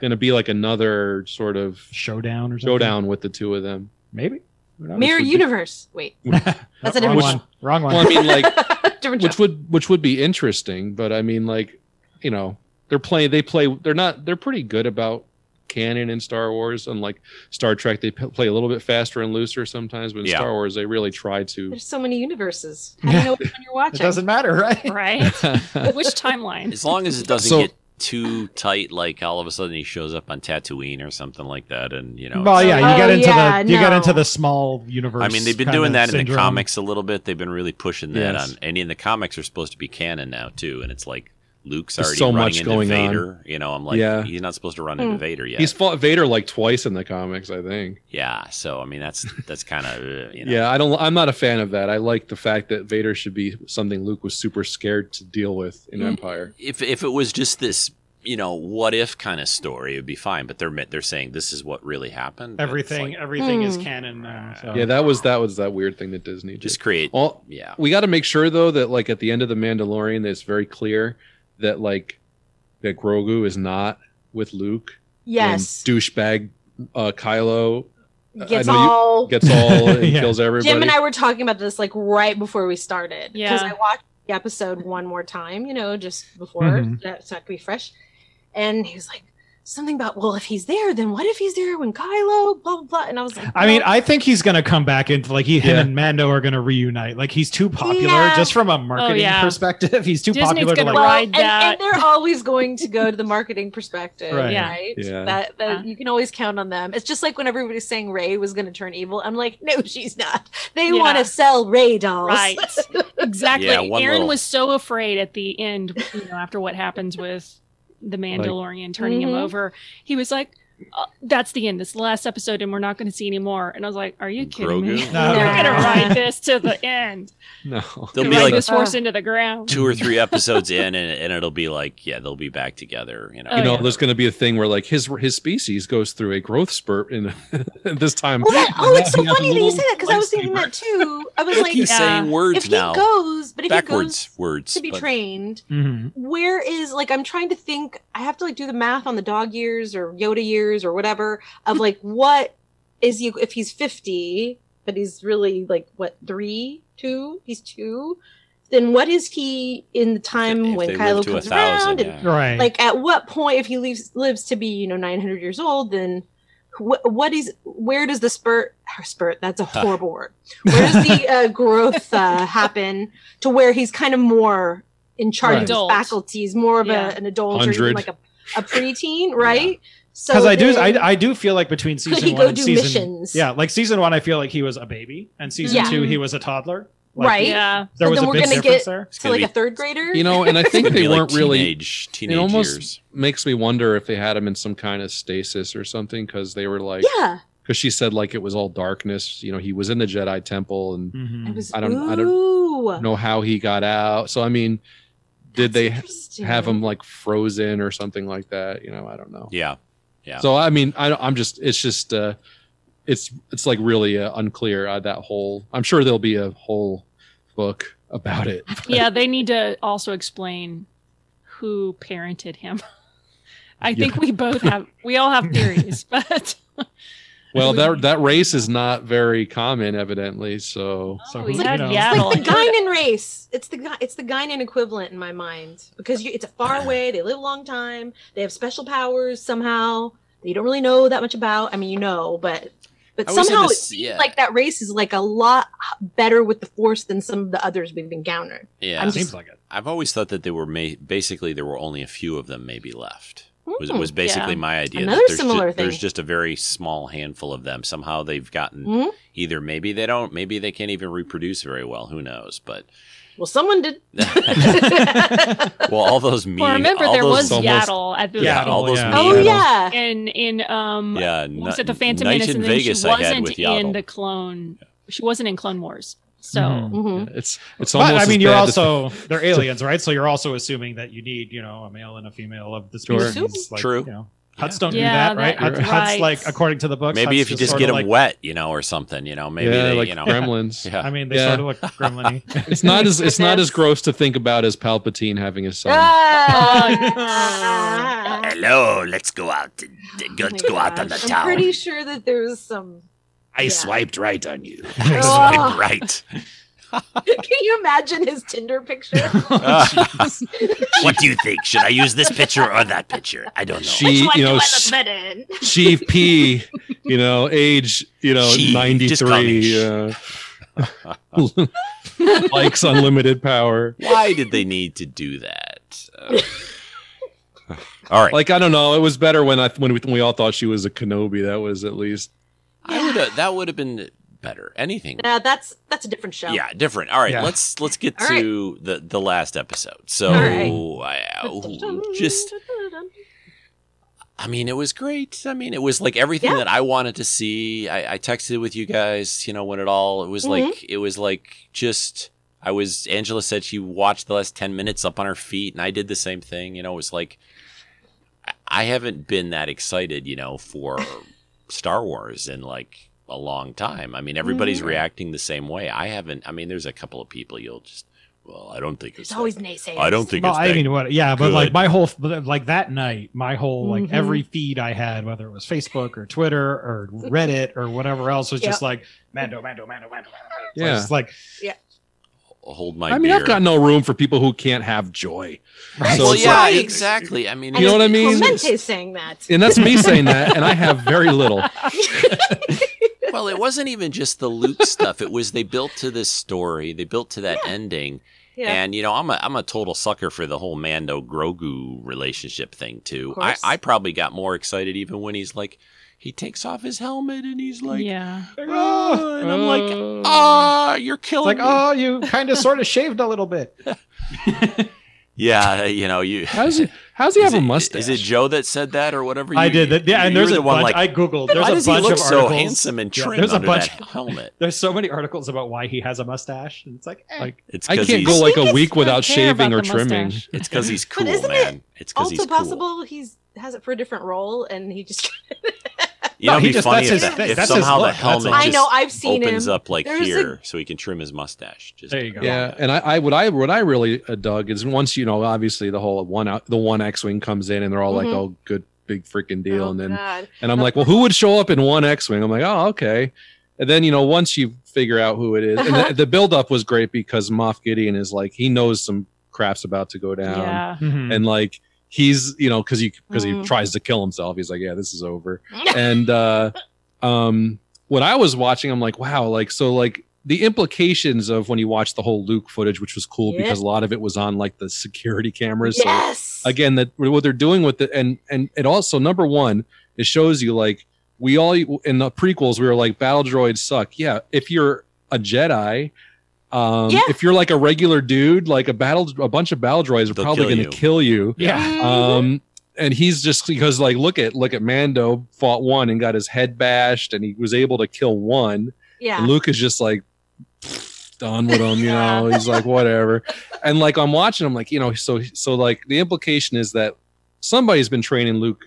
S9: going to be like another sort of
S6: Showdown or something.
S9: showdown with the two of them.
S6: Maybe. Who knows?
S7: Mirror
S9: would be-
S7: Universe. Wait, That's a
S6: wrong
S7: different
S6: one. Wrong one.
S9: Well, I mean, like
S7: different
S9: which
S7: show.
S9: would which would be interesting, but I mean, like you know, they're playing. They play. They're not. They're pretty good about canon in Star Wars. Unlike Star Trek, they p- play a little bit faster and looser sometimes. But in
S5: Yeah.
S9: Star Wars, they really try to.
S7: There's so many universes. How do you know which one you're
S6: it
S7: watching?
S6: doesn't matter, right?
S8: right? Which timeline?
S5: as long as it doesn't
S9: So-
S5: get too tight, like all of a sudden he shows up on Tatooine or something like that, and you know.
S6: Well, yeah, you
S7: Oh,
S6: get into
S7: yeah,
S6: the you get
S7: no.
S6: into the small universe.
S5: I mean, they've been
S6: kinda
S5: doing that in the
S6: syndrome.
S5: comics a little bit. They've been really pushing that
S9: Yes.
S5: on, and in the comics are supposed to be canon now too. And it's like Luke's
S9: There's
S5: already
S9: so
S5: running
S9: much
S5: into
S9: going on.
S5: Vader. You know, I'm like,
S9: Yeah.
S5: he's not supposed to run into
S7: Hmm.
S5: Vader yet.
S9: He's fought Vader like twice in the comics, I think.
S5: yeah, so I mean, that's that's kind of you know.
S9: Yeah, I don't. I'm not a fan of that. I like the fact that Vader should be something Luke was super scared to deal with in
S5: Mm.
S9: Empire.
S5: if if it was just this you know what if kind of story it'd be fine but they're they're saying this is what really happened It's
S6: Everything
S5: like,
S6: everything is
S7: Hmm.
S6: canon now. So.
S9: Yeah, that was that was that weird thing that Disney did.
S5: Uh-huh. just create
S9: All-
S5: yeah
S9: we got to make sure though that like at the end of the Mandalorian, that it's very clear that like that Grogu is not with Luke. and
S7: Yes,
S9: douchebag uh, Kylo
S7: gets
S9: I know you-
S7: all.
S9: gets all and
S6: Yeah.
S9: kills everybody.
S7: Jim and I were talking about this like right before we started.
S8: Yeah.
S7: I watched the episode one more time, you know, just before
S6: Mhm.
S7: that, so I could be fresh. And he was like, something about, well, if he's there, then what if he's there when Kylo, blah, blah, blah. And I was like,
S6: I mean,
S7: well,
S6: I think he's gonna come back into like he him
S9: Yeah.
S6: and Mando are gonna reunite. Like he's too popular
S7: Yeah. Oh,
S6: just from a marketing
S8: yeah.
S6: perspective. He's too
S8: Disney's
S6: popular to
S8: gonna
S6: like
S8: ride
S7: and,
S8: that.
S7: and they're always going to go to the marketing perspective,
S6: Right.
S7: right?
S8: Yeah.
S9: Yeah.
S7: That,
S8: Yeah.
S7: that you can always count on them. It's just like when everybody's saying Ray was going to turn evil. I'm like, no, she's not. They
S8: Yeah.
S7: want to sell Ray dolls.
S8: Right. Exactly.
S5: Yeah, one
S8: Aaron
S5: little-
S8: was so afraid at the end, you know, after what happens with the Mandalorian turning him
S7: Mhm.
S8: over. He was like, "Uh, that's the end. This is the last episode, and we're not going to see any more. And I was like, are you kidding me?
S5: Grogu?
S6: No.
S8: They're going to
S7: Nah.
S8: ride this to the end.
S9: no.
S5: they'll
S8: They'll
S5: be like
S8: this horse into the ground.
S5: two or three episodes in and, and it'll be like yeah they'll be back together you know
S8: Oh,
S9: you know,
S8: yeah.
S9: there's going to be a thing where like his his species goes through a growth spurt, and this time,
S7: Well, that, oh, it's so
S9: Yeah, he has
S7: funny
S9: a
S7: that you
S9: little
S7: say that because I was thinking that too. I was like,
S5: he's saying words
S7: if he
S5: now
S7: goes, but if
S5: backwards
S7: he goes
S5: words
S7: to be
S5: but-
S7: trained,
S6: Mhm.
S7: where is like I'm trying to think. I have to like do the math on the dog years or Yoda years or whatever of like what is he if he's 50, but he's really like what three, two? He's two. Then what is he in the time
S5: If
S7: when
S5: they live
S7: Kylo
S5: to a
S7: comes
S5: thousand,
S7: around? And,
S5: yeah.
S6: Right.
S7: Like at what point, if he lives lives to be you know 900 years old, then wh- what is where does the spurt or spurt? That's a
S9: Uh.
S7: horrible word. Where does the uh, growth uh, happen to where he's kind of more in charge of his
S8: Adult.
S7: faculties, more of
S8: Yeah.
S7: a, an adult or
S9: 100.
S7: even like a, a preteen, right? So
S6: because I do,
S7: then-
S6: I, I do feel like between
S7: Could
S6: season
S7: he
S6: one
S7: go
S6: and
S7: do
S6: season
S7: missions?
S6: yeah, like season one, I feel like he was a baby, and season
S7: Yeah.
S6: two, he was a toddler. Like,
S7: right. Yeah.
S6: There was
S7: then
S6: a
S7: we're
S6: big
S7: gonna
S6: difference
S7: get
S6: there.
S7: to like a third grader.
S9: You know, and I think
S5: gonna
S9: they
S5: be like
S9: weren't really
S5: teenage- teenage
S9: It almost
S5: years.
S9: makes me wonder if they had him in some kind of stasis or something because they were like,
S7: Yeah.
S9: because she said like it was all darkness. You know, he was in the Jedi temple, and
S6: Mm-hmm.
S7: It was,
S9: I don't, I don't
S7: ooh.
S9: know how he got out. So I mean, did
S7: they
S9: have him like frozen or something like that? You know, I don't know.
S5: Yeah, yeah.
S9: So I mean, I, I'm just it's just uh, it's it's like really uh, unclear uh, that whole. I'm sure there'll be a whole book about it.
S8: yeah, they need to also explain who parented him. I think
S9: Yeah.
S8: we both have, we all have theories, but
S9: Well, that that race is not very common, evidently. So,
S8: Oh,
S9: who
S8: he had
S9: knows?
S8: Yaddle.
S7: The Guinan race. It's the Gu- it's the Guinan equivalent in my mind because you, it's a far away. They live a long time. They have special powers somehow. That you don't really know that much about. I mean, you know, but but
S5: I always had
S7: somehow
S5: this-
S7: it seems
S5: yeah.
S7: like that race is like a lot better with the force than some of the others we've encountered.
S5: Yeah,
S7: I'm just- Seems like
S5: it. I've always thought that they were ma- basically there were only a few of them maybe left. Was
S7: Mm,
S8: Hmm,
S5: was basically
S7: yeah.
S5: my idea. that
S7: Another
S5: there's
S7: similar
S5: ju- There's
S7: thing.
S5: just a very small handful of them. Somehow they've gotten
S8: Hmm?
S7: Mhm.
S5: either maybe they don't, maybe they can't even reproduce very well. Who knows? But
S7: Well, someone did.
S5: well, all those mean.
S8: well, remember
S5: all
S8: there
S5: those,
S8: was Yaddle at the
S5: yeah, all those.
S8: Oh
S5: mean-
S8: yeah, in in um
S5: Yeah,
S8: what was
S5: Ni-
S8: it the Phantom
S5: Night
S8: Menace
S5: in
S8: and then
S5: Vegas
S8: she
S5: I had
S8: wasn't
S5: with Yaddle.
S8: in the Clone. She wasn't in Clone Wars. So
S6: Mhm.
S7: Mm-hmm.
S9: It's it's
S6: But,
S9: almost.
S6: I
S9: as
S6: mean, you're
S9: bad
S6: also
S9: as,
S6: they're aliens, right? So you're also assuming that you need, you know, a male and a female of the
S9: Sure.
S6: species. Like,
S5: True.
S6: You know, Huts don't
S8: Yeah,
S6: do that, right?
S8: that-
S6: Huts,
S8: right.
S6: Huts, like according to the books.
S5: Maybe
S6: Huts
S5: if you just
S6: sorta
S5: get them
S6: like-
S5: wet, you know, or something, you know, maybe
S9: Yeah,
S5: they,
S9: like
S5: you know,
S9: gremlins.
S5: Yeah.
S6: I mean, they
S9: Yeah.
S6: sort of look gremlin-y.
S9: it's not as it's not as gross to think about as Palpatine having his son.
S5: Ah,
S7: Ah. Oh,
S5: Hello, let's go out. Let's go out on the
S7: Oh I'm pretty sure that there was some.
S5: I swiped right on you.
S7: I swiped Oh.
S5: right.
S7: Can you imagine his Tinder picture?
S5: what do you think? Should I use this picture or that picture? I don't know.
S9: She, you know, sh- Chief P, you know, age, you know,
S5: She,
S9: ninety
S5: just call me
S9: three. Uh, likes uh, unlimited power.
S5: Why did they need to do that? Uh, all right.
S9: Like I don't know. It was better when I when we, when we all thought she was a Kenobi. That was at least
S5: I would. That would have been better. Anything.
S7: Nah, that's that's a different show.
S5: Yeah, different. All right,
S9: Yeah.
S5: let's let's get
S7: All right.
S5: to the the last episode. So
S7: All
S5: I, Oh, just I mean, it was great. I mean, it was like everything
S7: Yeah.
S5: that I wanted to see. I, I texted with you guys, you know, when it all it was
S7: Mhm.
S5: like it was like just I was Angela said she watched the last ten minutes up on her feet, and I did the same thing. You know, it was like I- I haven't been that excited, you know, for Star Wars in like a long time. I mean, everybody's
S7: Mhm.
S5: reacting the same way. I haven't. I mean, there's a couple of people you'll just. Well, I don't think
S7: There's
S5: that-
S7: always naysayers.
S5: I don't think
S6: Well,
S5: it's
S6: I
S5: that
S6: mean, what? Yeah, but
S5: good.
S6: like my whole, like that night, my whole, like
S7: Mhm.
S6: every feed I had, whether it was Facebook or Twitter or Reddit or whatever else, was just
S7: Yeah.
S6: like Mando, Mando, Mando, Mando. Mando.
S9: Yeah.
S6: it's like
S5: hold my.
S9: I mean,
S5: beer.
S9: I've got no room for people who can't have joy.
S6: Right.
S9: So
S5: well,
S9: it's
S5: yeah,
S9: like-
S5: exactly. I mean,
S9: You know what I mean?
S7: Clemente's saying that.
S9: and that's me saying that, and I have very little.
S5: well, it wasn't even just the Luke stuff. It was they built to this story, they built to that ending,
S7: Yeah.
S5: and you know, I'm a I'm a total sucker for the whole Mando Grogu relationship thing too. I
S7: course.
S5: I probably got more excited even when he's like. He takes off his helmet and he's like,
S8: yeah,
S6: oh,
S5: and I'm like,
S9: Uh,
S5: ah, you're
S6: it's
S5: killing
S6: like
S5: me.
S6: oh, you kind of sort of shaved a little bit.
S5: Yeah, you know, you.
S9: how does he? How does he
S5: Is
S9: have a
S5: it-
S9: mustache?
S5: Is it Joe that said that or whatever?
S6: I
S5: You-
S6: did that. Yeah, and
S5: you were
S6: there's a
S5: the one like,
S6: bunch. I googled. There's
S5: why
S6: a
S5: does
S6: bunch
S5: he look
S6: of
S5: so
S6: articles.
S5: handsome and
S6: Yeah,
S5: trim
S6: there's a
S5: under
S6: bunch.
S5: that helmet?
S6: There's so many articles about why he has a mustache, and it's like, eh.
S9: Like,
S5: It's
S9: I
S5: 'cause
S9: can't
S5: he's-
S9: go like
S8: I
S9: a
S8: think
S9: week
S8: it's
S9: without
S8: unfair about
S9: shaving or
S8: the
S9: trimming.
S8: mustache.
S5: It's because he's cool,
S7: isn't it
S5: man. it's because he's
S7: Also
S5: cool.
S7: possible he's has it for a different role and he just
S5: You
S6: No,
S5: know,
S6: he
S5: it'd be
S6: just-
S5: funny
S6: that's
S5: if,
S6: his-
S5: if
S6: that's his
S5: somehow the
S6: look, that's all.
S5: helmet
S6: I
S5: just
S7: know, I've seen
S5: opens
S7: him.
S5: up like
S7: There's a-
S5: here, so he can trim his mustache. Just
S6: there you go.
S9: Yeah, and I, I what I what I really uh, dug is once you know obviously the whole one out the one X wing comes in and they're all
S7: Mhm.
S9: like oh good big freaking deal
S7: Oh,
S9: and then
S7: God.
S9: and I'm like well who would show up in one X wing I'm like oh okay and then you know once you figure out who it is and the, the build up was great because Moff Gideon is like he knows some crap's about to go down
S8: yeah.
S6: Mhm.
S9: and like he's you know because he because he
S7: Mm-hmm. Mm.
S9: tries to kill himself he's like yeah this is over and uh um when i was watching i'm like wow like so like the implications of when you watch the whole luke footage which was cool
S7: Yeah.
S9: because a lot of it was on like the security cameras
S7: yes
S9: so again that what they're doing with it and and it also number one it shows you like we all in the prequels we were like battle droids suck yeah if you're a jedi Um,
S7: Yeah.
S9: If you're like a regular dude, like a battle, a bunch of battle droids are
S5: They'll
S9: probably
S5: kill
S9: going
S5: you.
S9: to kill you.
S6: Yeah.
S7: Mm-hmm.
S9: Um, and he's just because like look at look at Mando fought one and got his head bashed, and he was able to kill one.
S7: Yeah.
S9: And Luke is just like done with him, you know. He's like whatever, and like I'm watching, I'm like you know, so so like the implication is that somebody's been training Luke,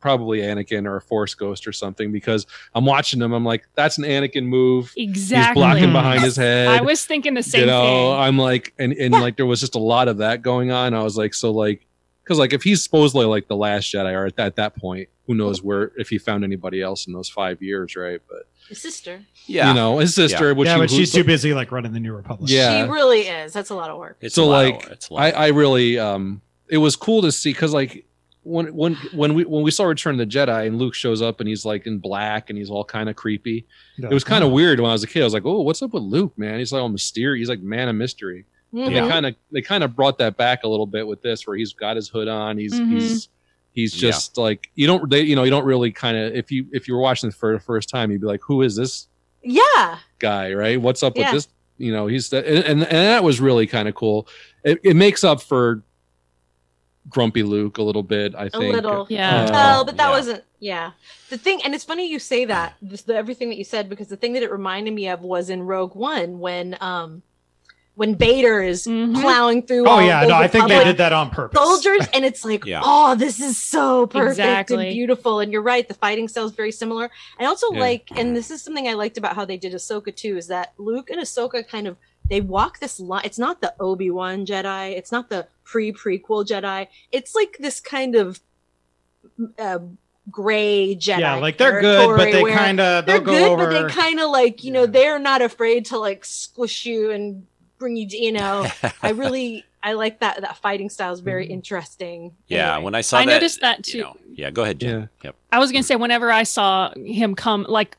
S9: probably Anakin or a Force Ghost or something, because I'm watching him, I'm like that's an Anakin move. He's
S8: Exactly.
S9: blocking behind his head.
S8: I was thinking the same
S9: you know,
S8: thing.
S9: I'm like, and and like there was just a lot of that going on. I was like, so like, because like if he's supposedly like the last Jedi, or at that, at that point, who knows where if he found anybody else in those five years, right? But
S7: His sister.
S5: Yeah.
S9: you know, his sister,
S5: Yeah.
S9: which
S6: yeah,
S9: he
S6: but
S9: who-
S6: she's too busy like running the New Republic.
S9: Yeah.
S7: She really is. That's a lot of work.
S5: It's
S9: so
S5: a lot of-
S9: like
S5: it's a lot
S9: I,
S5: of-
S9: I really um it was cool to see because like when when when we when we saw Return of the Jedi and Luke shows up and he's like in black and he's all kind of creepy.
S6: Yeah.
S9: It was kind of weird when I was a kid. I was like, oh, what's up with Luke, man? He's like all mysterious. He's like man of mystery. And
S6: Mm-hmm.
S7: Mhm.
S9: they kind of they kind of brought that back a little bit with this, where he's got his hood on. He's
S5: Mm-hmm.
S8: Mhm.
S9: he's he's
S5: Yeah.
S9: just like you don't they you know you don't really kind of if you if you were watching this for the first time, you'd be like, who is this
S7: Yeah.
S9: guy, right? What's up
S7: Yeah.
S9: with this? You know, he's and and, and that was really kind of cool. It, it makes up for grumpy Luke a little bit, I
S7: A
S9: think.
S7: little.
S8: Yeah.
S9: Uh,
S7: oh, but that
S5: yeah.
S7: wasn't. Yeah. The thing, and it's funny you say that. This, the, everything that you said, because the thing that it reminded me of was in Rogue One when, um, when Bader is
S8: Mhm.
S7: plowing through.
S6: Oh
S7: all
S6: yeah,
S7: those
S6: no, I think they
S7: Republic
S6: did that on purpose.
S7: Soldiers, and it's like,
S5: Yeah.
S7: oh, this is so perfect
S8: Exactly.
S7: and beautiful. And you're right, the fighting style's very similar. I also
S9: Yeah.
S7: like, and this is something I liked about how they did Ahsoka too, is that Luke and Ahsoka kind of they walk this line. It's not the Obi Wan Jedi. It's not the pre prequel Jedi. It's like this kind of uh, gray Jedi.
S6: yeah, like they're good, but they kind of
S7: they're
S6: they'll go
S7: good,
S6: over.
S7: but they kind of like you know
S6: Yeah.
S7: they're not afraid to like squish you and bring you. d- You know, I really I like that that fighting style is very
S8: Mm.
S7: interesting.
S5: yeah,
S7: Anyway.
S5: when I saw
S8: I
S5: that,
S8: noticed that
S5: you
S8: too.
S5: know, yeah, go ahead, Jen. Yep.
S8: I was gonna say whenever I saw him come, like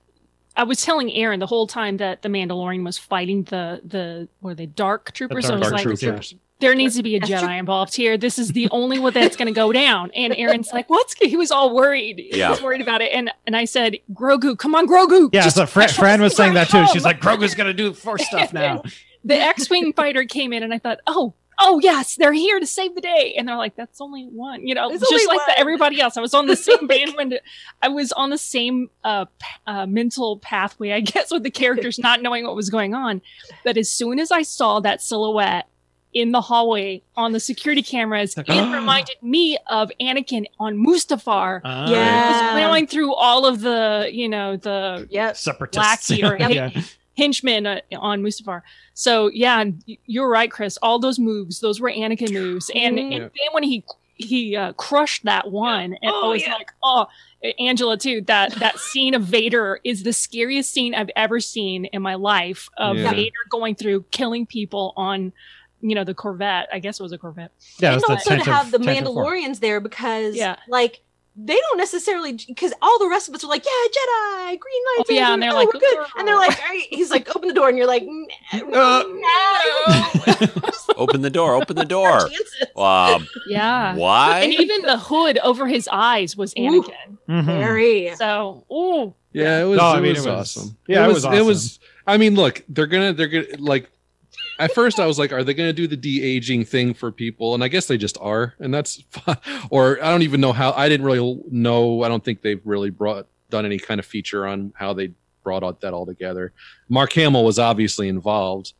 S8: I was telling Aaron the whole time that the Mandalorian was fighting the the were they dark troopers? so I
S6: dark
S8: was
S9: Dark
S8: like,
S6: troopers,
S9: troopers.
S8: there needs to be a
S7: That's true.
S8: Jedi involved here. This is the only one that's going to go down. And Aaron's like, "What's?" He was all worried. He
S5: Yeah.
S8: was worried about it. And and I said, "Grogu, come on, Grogu!"
S6: yeah,
S8: Just
S6: so Fran,
S8: just
S6: Fran was saying that too.
S8: home.
S6: She's like, Grogu's gonna do force stuff now.
S8: the X-wing fighter came in, and I thought, "Oh." Oh yes, they're here to save the day, and they're like, "That's only one," you know,
S7: There's
S8: just
S7: only
S8: like the,
S7: one.
S8: everybody else. I was on the same bandwagon. I was on the same uh, p- uh, mental pathway, I guess, with the characters not knowing what was going on. But as soon as I saw that silhouette in the hallway on the security cameras, it
S6: "Oh,
S8: reminded me of Anakin on Mustafar,
S6: Uh,
S7: Yeah.
S8: Just plowing through all of the, you know, the
S7: Yep.
S6: separatists.
S8: Blackie or-
S6: yeah.
S8: henchmen uh, on Mustafar. So yeah, and y- you're right, Chris. All those moves, those were Anakin moves, and,
S7: Mhm.
S8: and
S9: Yeah.
S8: then when he he uh, crushed that one, and I
S7: Oh,
S8: was
S7: yeah.
S8: like, oh, A- Angela too. That that scene of Vader is the scariest scene I've ever seen in my life. Of
S9: Yeah.
S8: Vader uh, going through killing people on, you know, the Corvette. I guess it was a Corvette.
S6: Yeah,
S7: and
S6: it's that
S7: also to
S6: Tantive-
S7: have the
S6: Tantive form.
S7: Mandalorians there because,
S8: Yeah.
S7: like, they don't necessarily because all the rest of us are like, yeah, Jedi, green lightsaber,
S8: yeah, and they're
S7: oh,
S8: like,
S7: we're good,
S8: "Girl."
S7: and they're like, all right, he's like, open the door, and you're like, "N-
S6: Uh,
S7: no,
S5: Open the door. Open the door.
S7: chances."
S5: Um,
S8: Yeah. And
S5: why?
S8: even the hood over his eyes was
S7: Ooh.
S8: Anakin.
S6: Mhm.
S7: very
S8: So, ooh,
S9: Yeah, it was,
S6: No, I
S9: it
S6: mean,
S9: was
S6: it was-
S9: awesome.
S6: yeah, it was
S9: It
S6: awesome.
S9: was. I mean, look, they're gonna, they're gonna like. At first, I was like, "Are they gonna do the de aging thing for people?" And I guess they just are, and that's. Fine. Or I don't even know how. I didn't really know. I don't think they've really brought done any kind of feature on how they brought out that all together. Mark Hamill was obviously involved.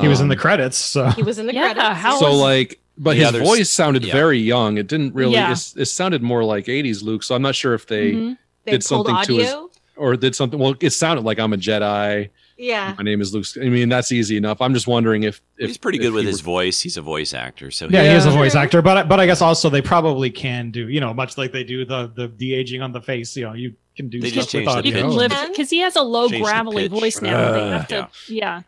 S6: He was in the
S9: Um,
S6: credits, so
S7: He was in the
S8: Yeah,
S7: credits.
S8: how-
S9: so
S8: was-
S9: like but
S5: Yeah,
S9: his
S5: there's-
S9: voice sounded
S5: yeah.
S9: very young it didn't really
S8: Yeah.
S9: it's- it, sounded more like 80s luke so i'm not sure if they
S8: Mhm.
S7: they
S9: did
S7: pulled
S9: something to his-
S7: audio.
S9: or did something well it sounded like i'm a jedi
S7: Yeah,
S9: my name is luke i mean that's easy enough i'm just wondering if, if
S5: He's pretty
S9: if
S5: good with
S9: he
S5: his
S9: were-
S5: voice. He's a voice actor, so
S6: yeah, he is a
S9: Yeah.
S6: voice actor, but I- but I guess also they probably can do you know much like they do the the de aging on the face. You know, you can do
S5: They
S6: stuff
S5: just
S6: with
S5: changed the
S8: you
S6: audio.
S8: can
S9: Yeah.
S8: live because he has a low
S5: Change the
S8: gravelly
S5: pitch.
S8: voice now. they
S9: Uh,
S8: have to, yeah.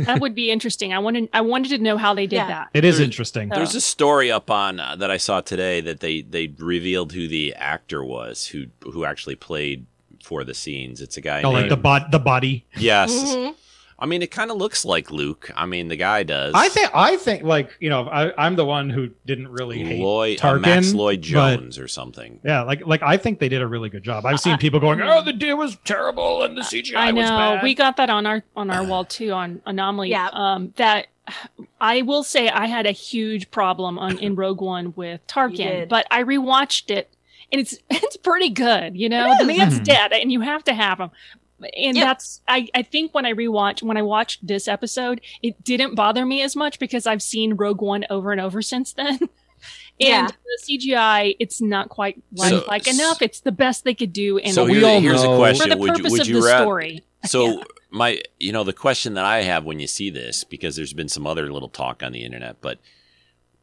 S8: that would be interesting. I wanted, I wanted to know how they did
S7: Yeah.
S8: that.
S6: It is
S5: There's-
S6: interesting.
S8: Oh.
S5: There's a story up on uh, that I saw today that they they revealed who the actor was who who actually played for the scenes. It's a guy.
S6: Oh, like
S5: named-
S6: the bod the body.
S5: yes.
S7: Mhm.
S5: I mean, it kind of looks like Luke. I mean, the guy does.
S6: I think I think like you know I, I'm the one who didn't really hate
S5: Lloyd, uh,
S6: Tarkin,
S5: Max Lloyd
S6: but-
S5: Jones or something.
S6: yeah, like like I think they did a really good job. I've seen people going, "Oh,
S7: Mm.
S6: the deal was terrible and the CGI
S8: I know
S6: was bad."
S8: we got that on our on our wall too on Anomaly.
S7: Yeah.
S8: Um, that I will say I had a huge problem on in Rogue One with Tarkin,
S7: did.
S8: but I rewatched it and it's it's pretty good. You know,
S7: It
S8: the
S7: is.
S8: man's
S6: Hmm.
S7: Mhm.
S8: dead, and you have to have him. And
S7: Yeah.
S8: that's I I think when I rewatch when I watched this episode, it didn't bother me as much because I've seen Rogue One over and over since then. And
S7: Yeah.
S8: the CGI, it's not quite
S5: So-
S8: lifelike enough. It's the best they could do. And
S5: so
S8: we
S5: here's,
S8: all
S5: here's
S8: know-
S5: a question:
S8: for the
S5: Would you
S8: purpose
S5: would
S8: of the
S5: you
S9: uh,
S5: ra-
S8: story.
S5: So my, you know, the question that I have when you see this, because there's been some other little talk on the internet, but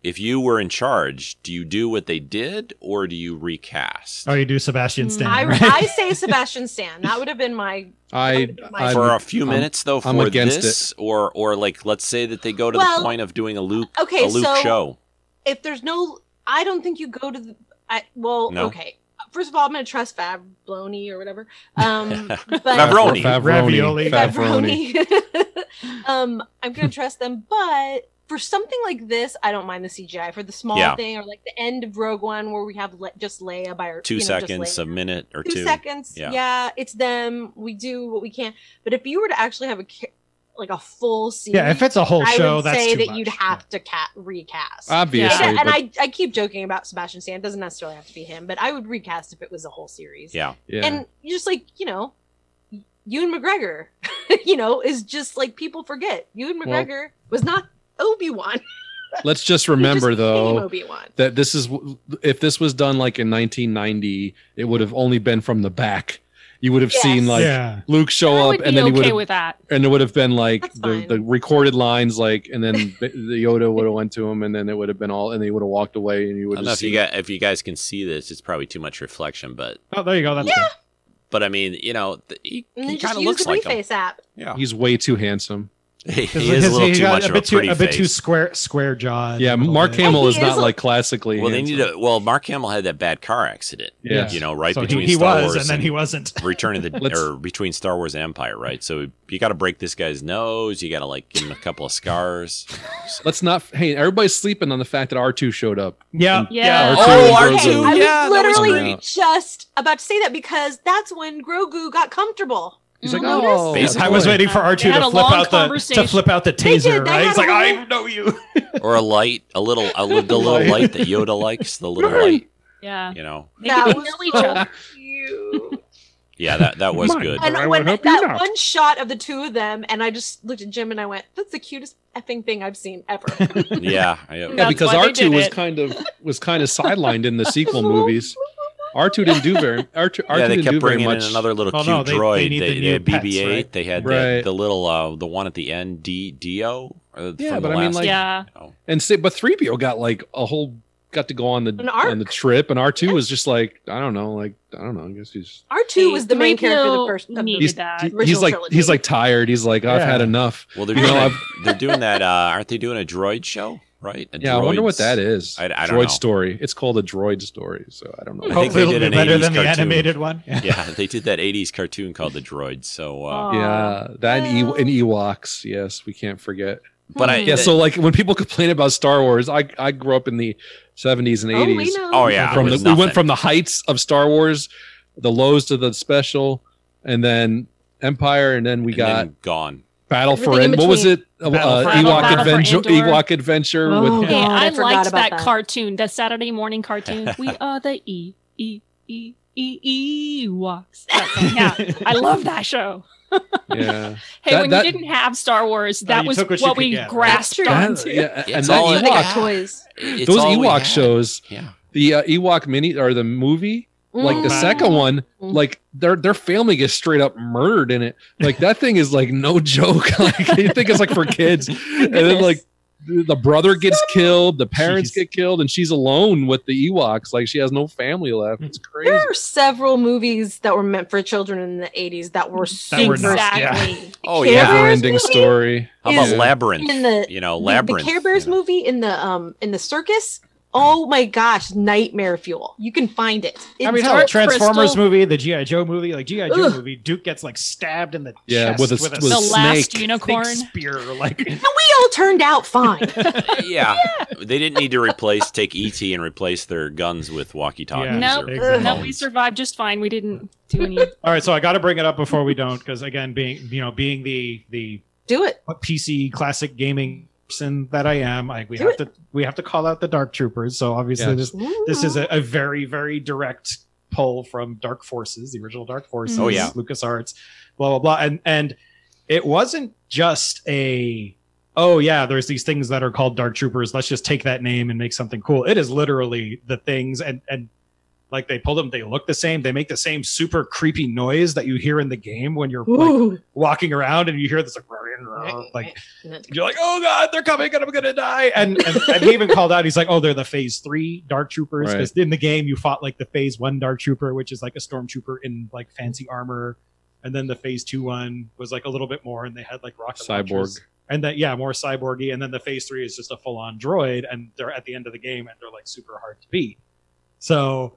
S5: if you were in charge, do you do what they did, or do you recast?
S6: Oh, you do Sebastian Stan.
S7: Mm, I,
S6: right?
S7: I say Sebastian Stan. That would have been my.
S9: I, I
S5: for a few
S9: I'm-
S5: minutes, though, for
S9: I'm against
S5: this, or or like, let's say that they go to
S7: Well,
S5: the point of doing a Luke,
S7: okay,
S5: a Luke
S7: so-
S5: show.
S7: If there's no, I don't think you go to the. I, well,
S5: No.
S7: okay. First of all, I'm going to trust Fabloni or whatever. Um, but
S5: Favroni.
S9: Fav-
S6: Ravioli.
S9: Favroni. Favroni.
S7: Favroni. um, I'm going to trust them, but for something like this, I don't mind the CGI. For the small
S5: Yeah.
S7: thing or like the end of Rogue One where we have le- just Leia by her
S5: Two
S7: you know, just
S5: seconds,
S7: Leia.
S5: a minute or
S7: two,
S5: two.
S7: seconds.
S5: Yeah.
S7: Yeah. it's them. We do what we can. But if you were to actually have a ca- like a full scene,
S6: yeah, if it's a whole
S7: I
S6: show,
S7: would
S6: that's
S7: say
S6: too
S7: that
S6: much.
S7: you'd have to ca- recast.
S9: Obviously,
S7: Yeah, and
S9: but-
S7: I, I keep joking about Sebastian Stan. It doesn't necessarily have to be him, but I would recast if it was a whole series.
S5: Yeah,
S9: yeah.
S7: And you just like, you know, Ewan McGregor, you know, is just like people forget. Ewan
S9: Well-
S7: McGregor was not Obi Wan.
S9: Let's just remember though
S7: Obi Wan.
S9: that this is if this was done like in 1990, it would have only been from the back. You would have
S7: Yes.
S9: seen like
S6: yeah.
S9: Luke show
S8: I
S9: up,
S8: would
S9: and
S8: be
S9: then he would
S8: okay
S9: have
S8: with that.
S9: and it would have been like
S7: That's
S9: the,
S7: fine.
S9: the recorded lines like and then the yoda would have went to him and then it would have been all and they would have walked away and you
S5: I
S9: would
S5: don't know
S9: have
S5: if you guys, if you guys can see this. It's probably too much reflection, but
S6: Oh, there you go. That's good.
S5: but I mean, you know, th- he,
S7: And
S5: he
S7: then
S5: kind
S7: just
S5: of
S7: use
S5: looks
S7: the
S5: like him.
S7: Reface app.
S5: Yeah,
S9: he's way too handsome
S5: he,
S6: Because-
S5: is a
S6: because
S5: little
S6: he
S5: too
S6: got
S5: much
S6: a
S5: of a
S6: bit too,
S5: pretty
S6: a bit too
S5: face.
S6: square square jawed.
S9: yeah
S6: a little
S9: mark
S6: bit.
S9: hamill
S7: And
S9: is
S7: he is
S9: not
S7: a-
S9: like classically
S5: Well, they
S9: handsome.
S5: need to. Well, Mark Hamill had that bad car accident.
S9: Yeah.
S5: you know, right
S6: So he-
S5: between
S6: he,
S5: Star
S6: was,
S5: Wars
S6: and then he wasn't.
S5: Return of the
S9: Let's-
S5: or between Star Wars and Empire, right? So you got to break this guy's nose. You got to like give him a couple of scars.
S9: let's not hey everybody's sleeping on the fact that r2 showed up
S6: Yeah,
S8: Yeah.
S9: R2
S5: Oh,
S9: and
S5: R2,
S9: Grogu.
S7: I
S5: yeah, that was
S7: was literally
S9: great.
S7: just about to say that because that's when Grogu got comfortable.
S9: he's like
S7: You'll
S9: oh
S5: notice-
S6: I was
S9: boy."
S6: waiting for R two
S8: They had
S6: to
S8: a
S6: flip
S8: long
S6: out the to
S8: conversation.
S6: flip out the
S7: They
S6: taser,
S7: did, they
S6: right?
S7: had
S6: He's
S7: a
S6: like,
S7: whole-
S6: I know you.
S5: or a light, a little, a little, the little light that Yoda likes, the little light.
S8: Yeah.
S5: You know,
S8: They
S7: That
S8: could
S7: was
S8: kill each
S7: so
S8: other.
S7: cute.
S5: yeah, that that was
S9: Mine.
S5: good.
S7: and
S9: I will
S7: when
S9: help
S7: that
S9: you out.
S7: one shot of the two of them, and I just looked at Jim and I went, "That's the cutest effing thing I've seen ever."
S5: Yeah, I-
S9: yeah
S8: That's
S9: because
S8: why they
S9: r2
S8: did
S9: was
S8: it.
S9: kind of was kind of sidelined in the sequel movies r2 didn't do very r2, r2
S5: yeah, they
S9: didn't
S5: kept
S9: do very
S5: bringing in
S9: much
S5: another little
S6: Oh,
S5: cute
S6: no, they- they
S5: droid. They,
S6: need the
S5: they
S6: new
S5: had
S6: pets,
S5: BB-8.
S6: right?
S5: They had
S9: Right.
S5: the, the little, uh, the one at the end, D Dio. uh,
S9: Yeah,
S5: from
S9: but
S5: the
S9: I mean,
S5: last-
S9: like-
S8: yeah.
S9: And say, but three PO got like a whole got to go on the
S7: An arc.
S9: on the trip, and R two was just like I don't know, like I don't know. I guess he's
S7: R two was the main character of the first. Of
S8: Needed
S7: the,
S9: He's-
S8: that.
S9: he- he's
S7: original
S9: like
S7: trilogy.
S9: he's like tired. He's like I've
S6: Yeah.
S9: had enough.
S5: well, they're
S9: You
S5: doing,
S9: know,
S5: that, they're doing that. Uh, aren't they doing a droid show? Right? A
S9: Yeah, I wonder what
S5: droids-
S9: that is.
S5: I- I
S9: droid
S5: don't know.
S9: story. It's called a droid story. So I don't know.
S5: I think
S6: Hopefully,
S5: they did
S6: it'll be
S5: an
S6: better
S5: 80s
S6: than the
S5: cartoon.
S6: animated one. Yeah.
S5: Yeah, they did that '80s cartoon called The Droids. So, uh,
S8: Oh.
S9: yeah, that and,
S7: Well.
S9: e- and Ewoks. Yes, we can't forget.
S5: but I
S7: Hmm.
S9: Yeah, so like when people complain about Star Wars, I I grew up in the seventies and
S7: Oh, we
S9: eighties.
S7: know.
S5: oh yeah,
S9: from
S5: it
S9: the,
S5: was
S9: we went
S5: nothing.
S9: from the heights of Star Wars, the lows to the special, and then Empire, and then we
S5: And
S9: got
S5: then gone.
S9: Battle for
S7: Everything
S9: End.
S7: in
S9: What was it? Uh,
S6: Battle
S9: uh,
S6: for
S8: Endor.
S9: Ewok
S8: Battle for
S9: Adventure.
S8: Endor.
S9: Ewok Adventure
S7: Oh,
S9: with
S8: Hey,
S7: God, I
S8: I
S7: forgot
S8: liked
S7: about
S8: that,
S7: that.
S8: cartoon, that Saturday morning cartoon. we are the E E E E Ewoks. That song, Yeah, I love that show.
S9: yeah.
S8: Hey,
S9: That-
S8: when
S9: that-
S8: you didn't have Star Wars, that
S6: Oh, you
S8: was
S6: took what
S8: what,
S6: you could
S8: we
S6: get, right?
S8: grasped
S7: That's true.
S9: That-
S8: onto.
S9: yeah, and
S5: It's
S9: that
S5: all
S7: They
S6: Ah.
S7: got
S9: Ewok,
S7: toys.
S5: It's
S9: those
S5: all we
S9: Ewok
S5: had.
S9: shows,
S5: Yeah,
S9: the uh, Ewok mini or the movie, like the
S7: Mm-hmm.
S6: Mm.
S9: second one, like their their family gets straight up murdered in it. Like that thing is like no joke. like you think it's like for kids, and then
S7: Goodness.
S9: like the brother gets killed, the parents
S6: Jeez.
S9: get killed, and she's alone with the Ewoks. Like she has no family left. It's crazy.
S7: There are several movies that were meant for children in the 80s that were super
S6: were
S8: not, yeah.
S7: exactly.
S5: Oh,
S7: Care
S5: yeah.
S7: Bears
S9: Never ending
S7: movie,
S9: story.
S5: how about
S7: Is-
S5: labyrinth?
S7: in the-
S5: you know,
S7: the-
S5: labyrinth.
S7: The Care Bears
S5: you know?
S7: movie in the um in the circus. Oh my gosh, nightmare fuel. You can find it.
S6: I mean,
S7: It's
S6: hell,
S7: Dark
S6: Transformers
S7: Crystal.
S6: movie, the GI Joe movie, like GI Joe
S7: Ugh.
S6: movie, Duke gets like stabbed in the
S9: Yeah,
S6: chest
S9: with a- with a The last snake.
S6: unicorn spear. Like
S7: And we all turned out fine.
S5: yeah. They didn't need to replace take ET and replace their guns with walkie talkies.
S8: no,
S6: exactly.
S8: no, we survived just fine. We didn't do any.
S6: All right, so I got to bring it up before we don't, because again, being you know, being the the
S7: do it
S6: PC classic gaming person that I am, like we
S7: Do
S6: have
S7: it.
S6: to we have to call out the Dark Troopers. So obviously,
S9: Yeah.
S6: this this is a, a very very direct pull from Dark Forces, the original Dark Forces.
S5: Oh, yeah.
S6: Lucas Arts, blah blah blah, and and it wasn't just a oh yeah, there's these things that are called Dark Troopers. Let's just take that name and make something cool. It is literally the things and and like they pull them they look the same they make the same super creepy noise that you hear in the game when you're like,
S7: Ooh. Oh,
S6: walking around and you hear this like, like you're like oh god they're coming and i'm gonna die and, and, and he even called out he's like oh they're the phase three dark troopers because in the game you fought like the phase one dark trooper which is like a stormtrooper in like fancy armor and then the phase two one was like a little bit more and they had like rocket
S9: Cyborg.
S6: launchers. and that yeah more cyborgy and then the phase three is just a full-on droid and they're at the end of the game and they're like super hard to beat so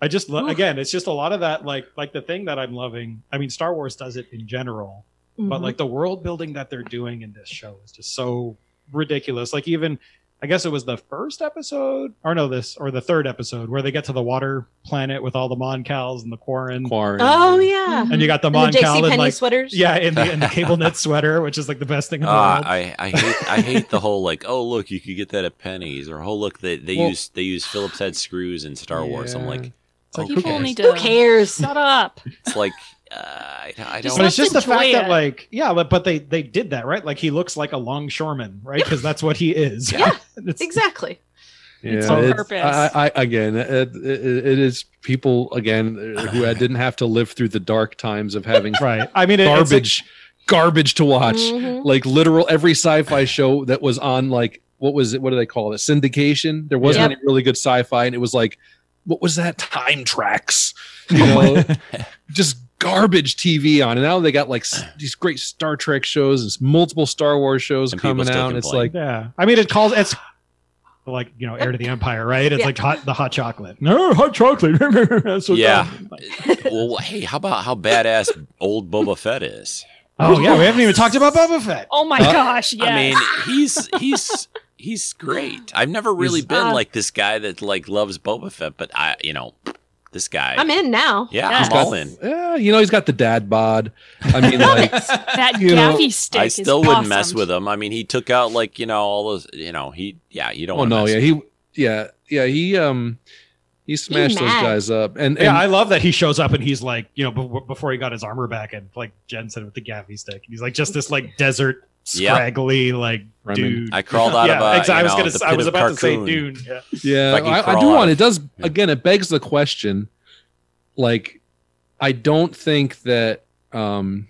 S6: I just lo-
S9: Oof.
S6: again, it's just a lot of that like like the thing that I'm loving. I mean, Star Wars does it in general, but
S9: Mhm.
S6: like the world building that they're doing in this show is just so ridiculous. Like even I guess it was the first episode or no this or the third episode where they get to the water planet with all the Mon Cals and the Quarren.
S9: Quarren.
S7: Oh yeah.
S6: And you got the
S7: And
S6: Mon Cal
S7: JCPenney
S6: in like
S7: sweaters.
S6: Yeah, in the in the cable knit sweater, which is like the best thing in the
S5: Ah,
S6: world.
S5: I, I hate I hate the whole like oh look you could get that at pennies or oh look they they
S6: Well-
S5: use they use Phillips head screws in Star Wars I'm like
S6: like,
S5: "Oh,
S6: who
S8: People
S5: okay."
S8: need to.
S7: Who cares?
S8: Shut up.
S5: it's like uh, I, I
S8: Just
S5: don't
S6: but it's just the
S8: enjoy
S6: fact that
S8: it.
S6: like yeah but, but they they did that right like he looks like a longshoreman right because that's what he is
S7: Yeah.
S6: It's-
S7: exactly.
S9: Yeah,
S6: on
S9: it's-
S6: purpose.
S9: I, I, again, it, it, it is people again who had- didn't have to live through the dark times of having
S6: right. I mean, it- it's like-
S9: garbage, garbage to watch.
S7: Mm-hmm.
S6: Mhm.
S9: Like literal every sci-fi show that was on like what was it? What do they call it? Syndication. There wasn't
S7: Yeah.
S9: any really good sci-fi, and it was like what was that? Time tracks. You know, just garbage TV on. And now they got like s- these great Star Trek shows, and s- multiple Star Wars shows
S5: And people
S9: coming
S5: still
S9: out. It's
S5: complain.
S9: like
S6: yeah i mean it calls it's like you know heir to the empire right it's
S7: Yeah.
S6: like hot the hot chocolate no hot chocolate That's so
S5: yeah
S6: dumb.
S5: well hey how about how badass old Boba Fett is
S6: oh yeah we haven't even talked about boba fett
S8: Oh my
S5: Uh,
S8: gosh! Yes.
S5: I mean he's he's he's great I've never really been
S8: Ah.
S5: like this guy that like loves Boba Fett but I you know this guy
S7: I'm in now.
S5: yeah
S8: Yes.
S5: I'm all in
S9: Yeah, you know, he's got the dad bod. I mean,
S8: Love
S9: like,
S8: it. that
S9: you know,
S8: gaffy stick.
S5: I
S8: is
S5: still wouldn't mess
S8: awesome.
S5: with him I mean he took out like you know all those you know he yeah you don't
S9: oh
S5: wanna
S9: no,
S5: mess
S9: yeah, he, yeah, yeah, he, um, he smashed those
S7: mad.
S9: guys up, and, and
S6: yeah i love that he shows up and he's like you know b- before he got his armor back and like jen said with the gaffy stick he's like just this like desert
S5: Yeah.
S6: scraggly like
S9: Fremen.
S6: dude
S5: I crawled out
S6: yeah,
S5: of uh, a.
S6: exa- I was
S5: going
S6: gonna s- I was about to say Dune. Yeah.
S9: yeah,
S5: If I can
S9: I, I
S5: crawl
S9: do
S5: out
S9: want.
S5: of-
S9: It does again. It begs the question, like, I don't think that um,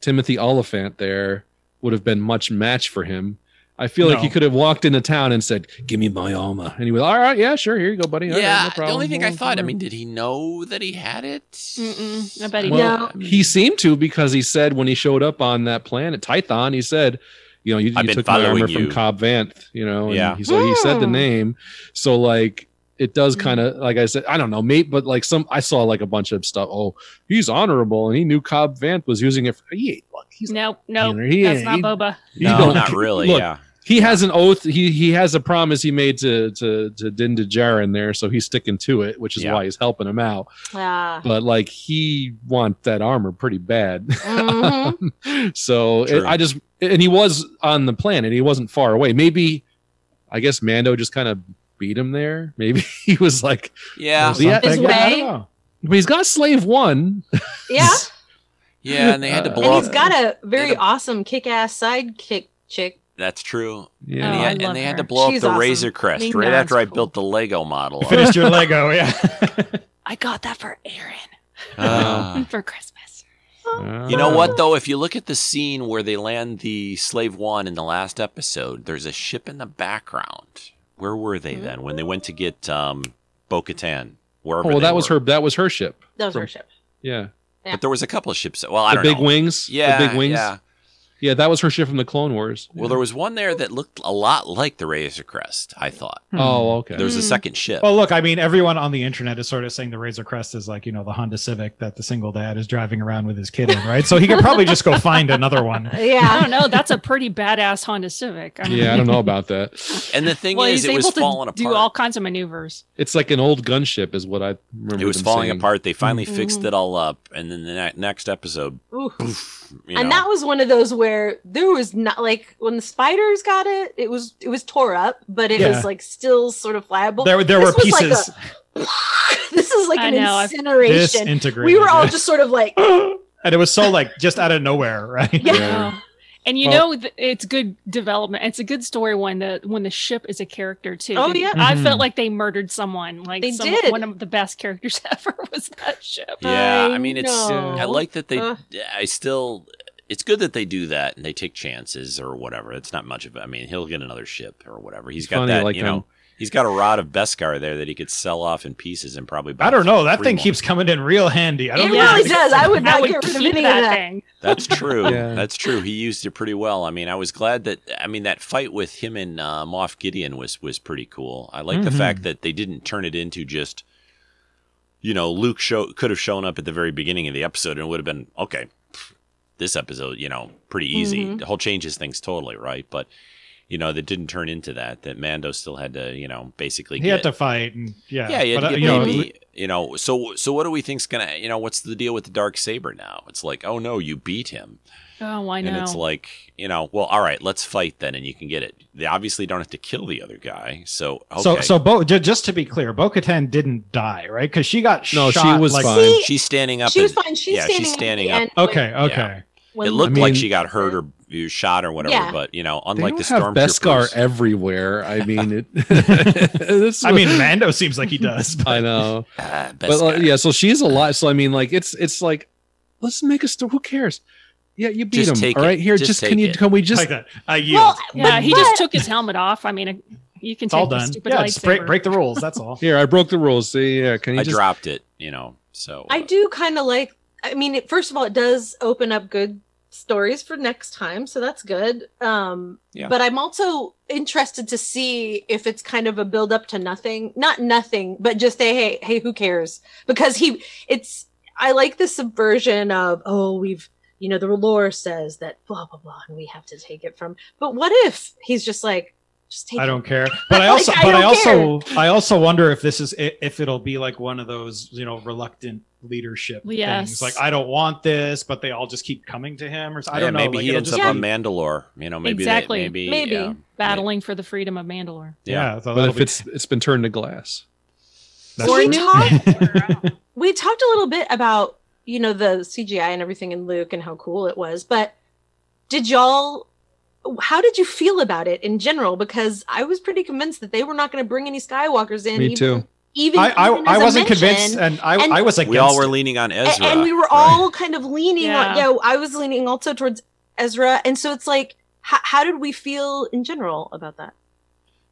S9: Timothy Oliphant there would have been much match for him. I feel like
S6: No.
S9: he could have walked into town and said, "Give me my alma," and he was, "All right, yeah, sure, here you go, buddy." All right,
S5: Yeah,
S9: no
S5: the only
S9: problem.
S5: thing I
S9: We'll
S5: thought. I
S9: cover it."
S5: mean, did he know that he had it?
S8: Mm-mm, I bet he
S9: Well,
S8: did.
S7: No.
S5: Hmm.
S9: he seemed to because he said when he showed up on that planet Tython, he said, "You know, you,
S5: I've
S9: you
S5: been
S9: took my
S5: following
S9: armor
S5: you.
S9: from Cobb Vanth." You know, and
S5: Yeah.
S9: He, so he said the
S7: Hmm.
S9: name. So like, it does
S8: Hmm.
S9: kind of like I said, I don't know, mate, but like some I saw like a bunch of stuff. Oh, he's honorable, and he knew Cobb Vanth was using it. For, he ain't lucky. He's
S8: No, no,
S9: He-
S8: that's not
S9: he-
S8: Boba.
S9: You
S5: No,
S9: don't-
S5: not really.
S9: look,
S5: yeah,
S9: he has an oath. He he has a promise he made to to to Din Djarin there, so he's sticking to it, which is
S5: Yeah.
S9: why he's helping him out.
S7: Ah.
S9: But like he want that armor pretty bad.
S7: Mhm.
S9: so it,
S5: True.
S9: I just and he was on the planet. He wasn't far away. Maybe I guess Mando just kind of beat him there. Maybe he was like,
S5: yeah,
S9: Yeah.
S6: Something,
S7: His
S6: yeah, I don't
S7: way.
S6: know.
S9: but he's got slave one.
S7: yeah.
S5: yeah. And they had to
S9: Uh,
S5: blow
S7: and he's
S5: up-
S7: got a very
S5: and a-
S7: awesome kick-ass sidekick chick.
S5: That's true.
S9: Yeah.
S5: and, he
S8: Oh, I
S5: had,
S8: love
S5: and they had to
S8: her.
S5: blow
S7: She's
S5: up the
S7: awesome.
S5: Razor Crest
S8: Ming
S5: right
S8: Na's
S5: after I
S8: cool.
S5: built the Lego model. up.
S6: finished your lego yeah
S8: I got that for Aaron
S5: Ah.
S8: for Christmas.
S9: Oh.
S5: you know what though? If you look at the scene where they land the Slave One in the last episode, there's a ship in the background. Where were they
S9: Hmm?
S5: then when they went to get um, Bo-Katan? Wherever.
S9: Oh, well,
S5: they
S9: that was
S5: were.
S9: her. That was her ship.
S7: That was
S9: From-
S7: her ship.
S9: Yeah,
S5: But there was a couple of ships. Well, I
S9: the
S5: don't
S9: big
S5: know.
S9: wings.
S5: Yeah,
S9: the big wings.
S5: Yeah.
S9: Yeah, that was her shit from the Clone Wars.
S5: Well, there was one there that looked a lot like the Razor Crest. I thought.
S6: Hmm. Oh, okay.
S5: There was a
S6: Hmm.
S5: second ship.
S6: Well, look, I mean, everyone on the internet is sort of saying the Razor Crest is like, you know, the Honda Civic that the single dad is driving around with his kid in, right? So he could probably just go find another one.
S7: Yeah,
S8: I don't know. That's a pretty badass Honda Civic. I mean,
S9: Yeah, I don't know about that.
S5: And the thing
S8: well, he's
S5: is, it
S8: able
S5: was
S8: to
S5: falling apart.
S8: do all kinds of maneuvers.
S9: It's like an old gunship, is what I remember.
S5: it was
S9: them
S5: falling
S9: saying.
S5: apart. They finally
S7: Mhm.
S9: Hmm.
S5: fixed it all up, and then the ne- next episode,
S7: Oof.
S5: poof, you
S7: and
S5: know.
S7: that was one of those where there was not like when the spiders got it, it was it was tore up, but it
S6: Yeah.
S7: was like still sort of flyable.
S6: There, there were
S7: This was like
S6: pieces.
S7: a- this is like
S8: I
S7: an
S8: know, I've-
S7: incineration.
S6: Disintegrated,
S7: We were all
S6: yeah.
S7: just sort of like,
S6: and it was so like just out of nowhere, right?
S8: Yeah. Oh. And you
S6: Well-
S8: know th- it's good development. It's a good story when the when the ship is a character too.
S7: Oh,
S8: They-
S7: yeah.
S8: I
S6: Mhm.
S8: felt like they murdered someone. Like
S7: They
S8: some,
S7: did.
S8: one of the best characters ever was that ship.
S5: yeah, I
S7: I
S5: mean, it's
S7: know.
S5: I like that they.
S7: Uh.
S5: I still, it's good that they do that and they take chances or whatever. It's not much of. I mean, he'll get another ship or whatever. He's got
S9: Funny,
S5: that,
S9: like,
S5: you know.
S9: um,
S5: He's got a rod of Beskar there that he could sell off in pieces and probably. Buy
S6: I don't know. That
S5: three
S6: thing
S5: more.
S6: keeps coming in real handy. I
S7: it
S6: don't know.
S7: really does. I would
S8: I
S7: not
S8: would
S7: get rid of
S8: keep
S7: any
S8: that
S7: of that.
S8: thing.
S5: That's true.
S9: Yeah.
S5: That's true. He used it pretty well. I mean, I was glad that. I mean, that fight with him and uh, Moff Gideon was was pretty cool. I like the
S6: Mhm.
S5: fact that they didn't turn it into just. You know, Luke show, could have shown up at the very beginning of the episode and it would have been okay. This episode, you know, pretty easy.
S6: Mm-hmm.
S7: Mhm.
S5: The whole changes things totally, right? But you know, that didn't turn into that. That Mando still had to, you know, basically
S6: He
S5: get
S6: had to fight, and yeah,
S5: yeah, yeah,
S6: but, uh,
S5: you,
S6: you know,
S5: know. So, so what do we think's gonna, you know, what's the deal with the dark saber now? It's like, oh no, you beat him,
S8: Oh, I know.
S5: and it's like, you know, well, all right, let's fight then, and you can get it. They obviously don't have to kill the other guy, so okay.
S6: so so Bo, ju- just to be clear, Bo Katan didn't die, right? Because she got
S9: No, she
S6: shot,
S9: was
S6: like,
S9: fine.
S7: See,
S5: she's standing up.
S7: she was
S5: and-
S7: fine. She's
S5: yeah,
S7: standing
S5: she's
S7: up at
S5: standing
S7: the
S5: up.
S7: end when-
S6: Okay, okay.
S7: when-
S5: it looked
S9: I
S5: like
S9: mean-
S5: she got hurt or you shot or whatever,
S7: Yeah.
S5: but you know,
S9: They
S5: unlike
S9: don't
S5: the
S9: have Beskar
S5: stormtroopers, uh,
S9: everywhere. I mean, it. this
S6: I
S9: was-
S6: mean, Mando seems like he does. But,
S9: I know.
S5: Ah,
S9: but like,
S5: Beskar.
S9: yeah, so she's alive. So I mean, like it's it's like let's make a story. Who cares? Yeah, you beat
S5: Just
S9: him.
S5: take
S9: all
S5: it.
S9: right, here,
S5: Just
S9: just, can
S5: take
S9: you
S5: it.
S9: can we just
S6: like that, I yield.
S7: Well,
S8: yeah,
S7: but-
S8: he
S7: but-
S8: just took his helmet off. I mean, uh, you can take
S6: it's all
S8: the
S6: done.
S8: stupid
S6: Yeah,
S8: lightsaber.
S6: just break break the rules. That's all.
S9: here? I broke the rules. See, yeah, can you
S5: I
S9: just?
S5: dropped it. You know, so
S7: I do kind of like. I mean, it, first of all, it does open up good stories for next time, so that's good. Um,
S5: Yeah.
S7: But I'm also interested to see if it's kind of a build up to nothing, not nothing, but just a hey, hey, who cares? Because he, it's. I like the subversion of oh, we've you know the lore says that blah blah blah, and we have to take it from. But what if he's just like, just take.
S6: I
S7: it.
S6: don't care. But I
S7: Like,
S6: also,
S7: I
S6: but I
S7: don't
S6: also, I also wonder if this is i- if it'll be like one of those, you know, reluctant leadership
S8: Yes.
S6: things. Like I don't want this, but they all just keep coming to him, or so- I
S5: Yeah,
S6: don't know.
S5: Maybe
S6: like,
S5: he
S6: it'll
S5: ends up
S6: just
S7: Yeah.
S5: on
S6: be-
S5: Mandalore. You know, maybe they-
S8: Exactly.
S5: maybe,
S7: Maybe.
S5: yeah,
S8: battling for the freedom of Mandalore.
S6: Yeah,
S9: But
S6: so that'll
S9: if
S6: be-
S9: it's it's been turned to glass,
S6: that's
S7: Or
S6: true.
S7: we talked, we talked a little bit about you know the CGI and everything in Luke and how cool it was, but did y'all? How did you feel about it in general? Because I was pretty convinced that they were not going to bring any Skywalkers in.
S9: me
S7: even,
S9: too.
S7: Even
S6: I, I,
S7: even
S6: I
S7: as a
S6: wasn't
S7: mention.
S6: convinced, and I,
S7: And-
S6: I was against.
S5: we all were
S6: it.
S5: leaning on
S7: A-
S5: Ezra,
S7: and we were
S5: right?
S7: all kind of leaning on.
S8: Yeah.
S7: Yeah, I was leaning also towards Ezra, and so it's like, h- how did we feel in general about that?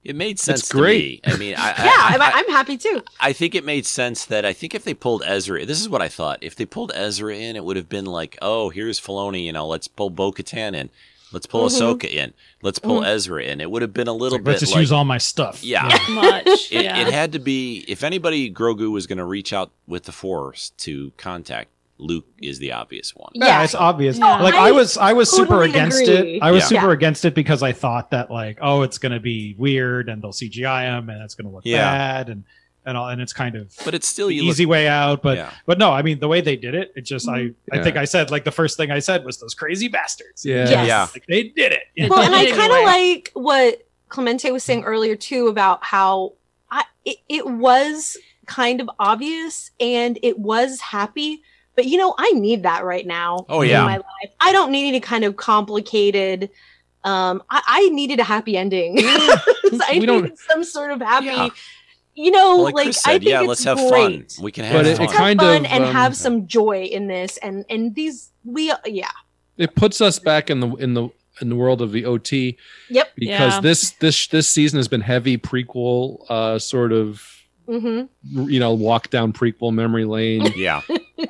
S5: It made sense. to
S9: great.
S5: me. I mean, I, I-
S7: yeah,
S5: I,
S7: I, I, am happy too.
S5: I think it made sense that I think if they pulled Ezra, this is what I thought. If they pulled Ezra in, it would have been like, oh, here's Filoni. You know, let's pull Bo Katan in. Let's pull
S7: Mhm.
S5: Ahsoka in. Let's pull
S7: Mm-hmm.
S5: Ezra in. It would have been a little bit
S6: Let's just
S5: like,
S6: use all my stuff.
S5: yeah.
S8: Much.
S5: It,
S8: yeah.
S5: it had to be if anybody Grogu was going to reach out with the Force to contact Luke is the obvious one.
S6: Yeah,
S7: Yeah.
S6: it's obvious.
S8: Yeah.
S6: Like I,
S7: I
S6: was, I was super
S7: totally
S6: against
S7: agree.
S6: it. I was
S5: Yeah.
S6: super against it because I thought that like, oh, it's gonna be weird, and they'll CGI him, and that's gonna look
S5: Yeah.
S6: bad, and and all, and it's kind of
S5: But it's still
S6: the
S5: you look-
S6: easy way out. But
S5: Yeah.
S6: but no, I mean the way they did it, it just I I
S9: Yeah.
S6: think I said like the first thing I said was those crazy bastards.
S9: Yeah.
S7: Yes.
S5: Yeah.
S6: like, they did it.
S8: It
S7: well, and I
S8: did
S7: kind
S8: anyway.
S7: of like what Clemente was saying earlier too about how I, it, it was kind of obvious and it was happy, but you know, I need that right now.
S5: Oh, yeah.
S7: in my life, I don't need any kind of complicated. Um, I, I needed a happy ending. I
S9: We don't-
S7: needed some sort of happy.
S5: Yeah.
S7: You know,
S5: Well,
S7: like,
S5: like Chris
S7: I
S5: said,
S7: think
S5: yeah,
S7: it's
S5: let's have fun.
S7: great.
S5: We can have
S9: But it-
S5: fun.
S9: it
S7: Let's have
S9: kind
S7: fun
S9: of,
S7: and
S9: um,
S7: have some joy in this, and and these we yeah
S9: It puts us back in the in the in the world of the OT
S7: Yep.
S9: because
S8: Yeah.
S9: this this this season has been heavy prequel uh sort of
S7: mm-hmm.
S9: you know walk down prequel memory lane
S5: yeah,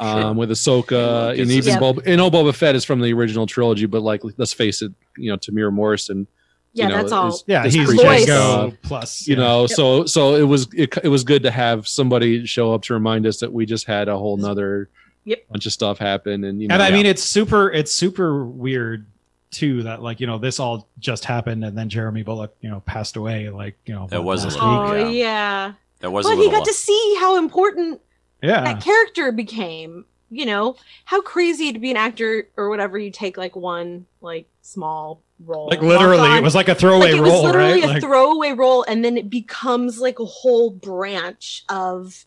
S9: um, with Ahsoka, and
S5: Gets
S9: even
S5: us-
S9: Boba, and oh, Boba Fett is from the original trilogy, but like, let's face it, you know, Tamir Morrison.
S7: Yeah,
S9: you know,
S7: that's all.
S9: is-
S6: Yeah,
S9: is
S6: he's
S9: pretty
S7: Voice.
S9: jacked up,
S6: Django plus.
S9: You
S6: yeah.
S9: know, so so it was it, it was good to have somebody show up to remind us that we just had a whole nother
S7: Yep.
S9: bunch of stuff happen, and you know,
S6: and I
S9: yeah.
S6: mean, it's super, it's super weird too that like you know this all just happened and then Jeremy Bullock you know passed away like you know
S5: That was a
S6: last
S5: little-
S6: week.
S7: Oh
S5: Yeah.
S7: yeah.
S5: That was
S7: But
S5: a
S7: he
S5: little.
S7: got to see how important
S6: yeah
S7: that character became. You know how crazy to be an actor or whatever. You take like one like small role,
S6: like literally
S7: Walk
S6: it
S7: on.
S6: was like a throwaway
S7: oh like it
S6: role
S7: was literally
S6: right
S7: a
S6: like,
S7: throwaway role and then it becomes like a whole branch of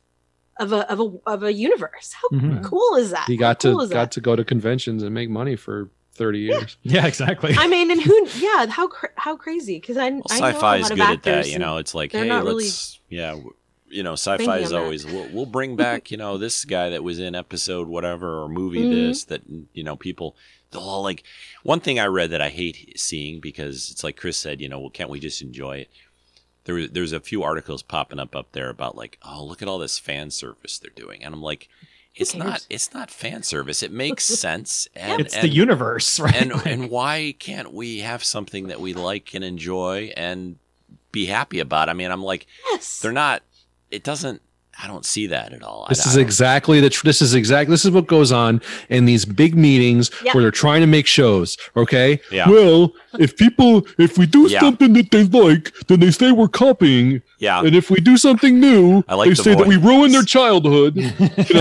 S7: of a of a, of a universe how
S6: Mm-hmm.
S9: Mhm.
S7: cool is that
S9: he got
S7: how cool
S9: to
S7: is
S9: got
S7: that?
S9: to go to conventions and make money for thirty years.
S6: yeah exactly
S7: i mean and who yeah how cra- how crazy because i,
S5: Well,
S7: I know a
S5: sci-fi is
S7: lot of
S5: good at that.
S7: actors
S5: You
S7: and-
S5: know, it's like,
S7: they're
S5: hey,
S7: not
S5: let's
S7: really
S5: yeah, w- you know,
S7: thinking
S5: sci-fi
S7: on
S5: is
S7: that.
S5: always we'll, we'll bring back you know this guy that was in episode whatever or movie
S7: Mhm.
S5: this that you know people they'll all like. One thing I read that I hate seeing because it's like Chris said, you know, well, can't we just enjoy it? There was there's a few articles popping up up there about like, oh, look at all this fan service they're doing, and I'm like. It's not.
S7: cares?
S5: It's not fan service. It makes sense. And,
S6: it's the
S5: and-
S6: universe right
S5: and and why can't we have something that we like and enjoy and be happy about? I mean, I'm like,
S7: yes
S5: they're not. It doesn't. I don't see that at all. I-
S9: This
S5: I
S9: is
S5: don't-
S9: exactly the. Tr- this is exactly. This is what goes on in these big meetings
S7: Yeah.
S9: where they're trying to make shows. Okay.
S5: Yeah.
S9: Well, if people, if we do
S5: Yeah.
S9: something that they like, then they say we're copying,
S5: yeah.
S9: and if we do something new,
S5: I like
S9: they
S5: the
S9: say that we
S5: voice.
S9: ruined their childhood. You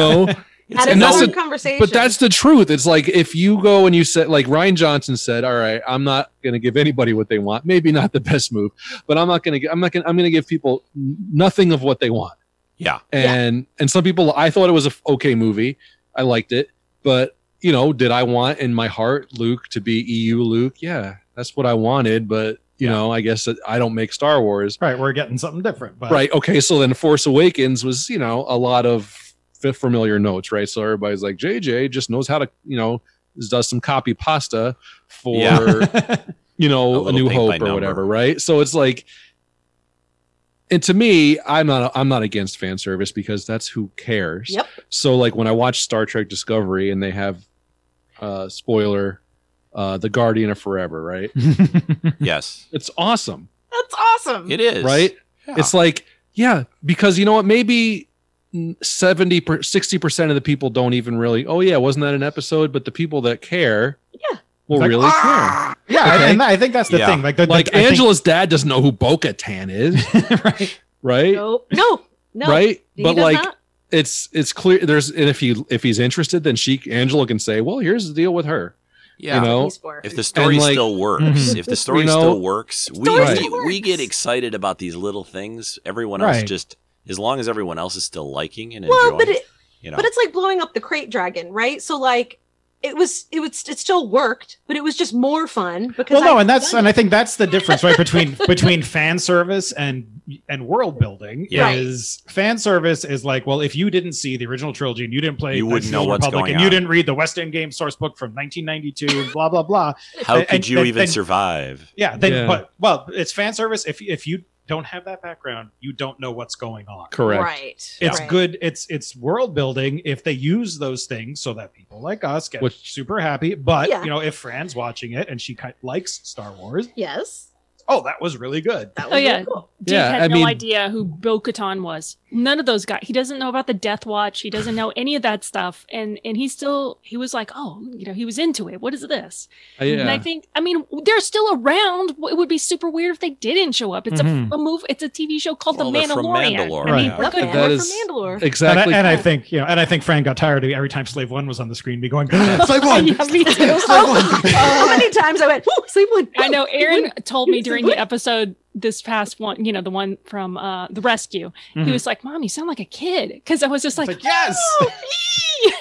S9: know.
S7: that is
S9: and that's
S7: our
S9: the-
S7: conversation
S9: But that's the truth. It's like if you go and you said, like Ryan Johnson said, "All right, I'm not going to give anybody what they want. Maybe not the best move, but I'm not going to. I'm not going. I'm going to give people n- nothing of what they want."
S5: Yeah.
S9: And and some people, I thought it was a f- okay movie. I liked it, but you know, did I want in my heart Luke to be EU Luke? Yeah, that's what I wanted. But you know, I guess that I don't make Star Wars.
S6: right we're getting something different but
S9: Right. Okay. So then Force Awakens was, you know, a lot of f- familiar notes, right? So everybody's like, JJ just knows how to, you know, does some copy pasta for, you know,
S5: A
S9: a,
S5: little
S9: New
S5: paint by
S9: Hope or
S5: number.
S9: whatever, right? So it's like, and to me, I'm not I'm not against fan service because that's who cares.
S7: Yep.
S9: So like when I watch Star Trek Discovery and they have, uh, spoiler, uh, the Guardian of Forever, right?
S6: Mm-hmm.
S5: yes,
S9: It's awesome,
S7: that's awesome
S5: it is
S9: right?
S5: Yeah.
S9: It's like, yeah, because you know what? Maybe 70, per- 60% of the people don't even really, oh, yeah, wasn't that an episode? But the people that care
S7: Yeah.
S9: will
S6: Like, "Ah!"
S9: really
S6: yeah
S9: Okay.
S6: and i think that's the
S5: Yeah.
S6: thing like the,
S9: care. Like
S6: the, I think-
S9: Angela's dad doesn't know who Bo Katan is,
S6: right
S9: right?
S7: no no no
S9: Right?
S7: He
S9: but
S7: does
S9: like,
S7: not.
S9: it's it's clear there's and if you if he's interested then she Angela can say well here's the deal with her
S5: Yeah.
S9: you know
S7: He's for-
S5: If the story
S9: like-
S5: still works,
S6: Mhm.
S5: if the story
S9: You know,
S5: still works, we
S7: story
S9: Right.
S5: we,
S7: still works.
S5: we get excited about these little things. Everyone else
S6: Right.
S5: just as long as everyone else is still liking and
S7: well
S5: enjoying.
S7: but it,
S5: you know,
S7: but it's like blowing up the crate dragon right so like it was it was it still worked but it was just more fun because
S6: well no
S7: I-
S6: and that's and i think that's the difference right between between fan service and and world building
S5: Yeah.
S7: Right.
S6: is fan service is like well if you didn't see the original trilogy and you didn't play
S5: You wouldn't
S6: Knights of
S5: know
S6: the Old
S5: what's
S6: Republic
S5: going
S6: and you
S5: on.
S6: didn't read the west end game source book from 1992 and blah blah blah
S5: how
S6: and-
S5: could
S6: and-
S5: you
S6: and-
S5: even
S6: and-
S5: survive?
S6: yeah then
S9: Yeah.
S6: but well it's fan service if if you don't have that background you don't know what's going on
S9: correct
S7: right
S6: it's
S7: right.
S6: good it's it's world building if they use those things so that people like us get
S9: Which-
S6: super happy but
S7: Yeah.
S6: you know if fran's watching it and she ki- likes star wars
S7: yes
S6: oh that was really good
S7: that
S8: Oh,
S7: really
S8: yeah.
S7: cool.
S8: Dave
S9: Yeah,
S8: had
S9: I
S8: no
S9: mean-
S8: idea who Bo Katan was. None of those guys. He doesn't know about the Death Watch. He doesn't know any of that stuff. And and he still he was like, oh, you know, he was into it. What is this? And I
S9: yeah
S8: think I mean they're still around. It would be super weird if they didn't show up. It's
S6: Mhm.
S8: a, a move. It's a TV show called
S5: Well,
S8: The
S5: they're from
S8: Mandalorian.
S5: Mandalore,
S8: I mean,
S6: yeah.
S8: for good
S7: Nothing
S9: That
S7: more
S8: lord.
S9: is-
S7: for Mandalore.
S9: exactly
S6: And I, and I think you know, and I think Fran got tired of it every time Slave One was on the screen, be going Slave One.
S8: Yeah, me too.
S7: Oh, How many times I went, "Ooh, sleep one.
S8: I know Aaron told me
S7: It's
S8: during
S7: good.
S8: the episode this past one, you know, the one from uh the rescue. He
S9: Mm-hmm.
S6: Mhm.
S8: was like, "Mom, you sound like a kid." Cuz I was just
S6: It's
S8: like,
S6: like, yes.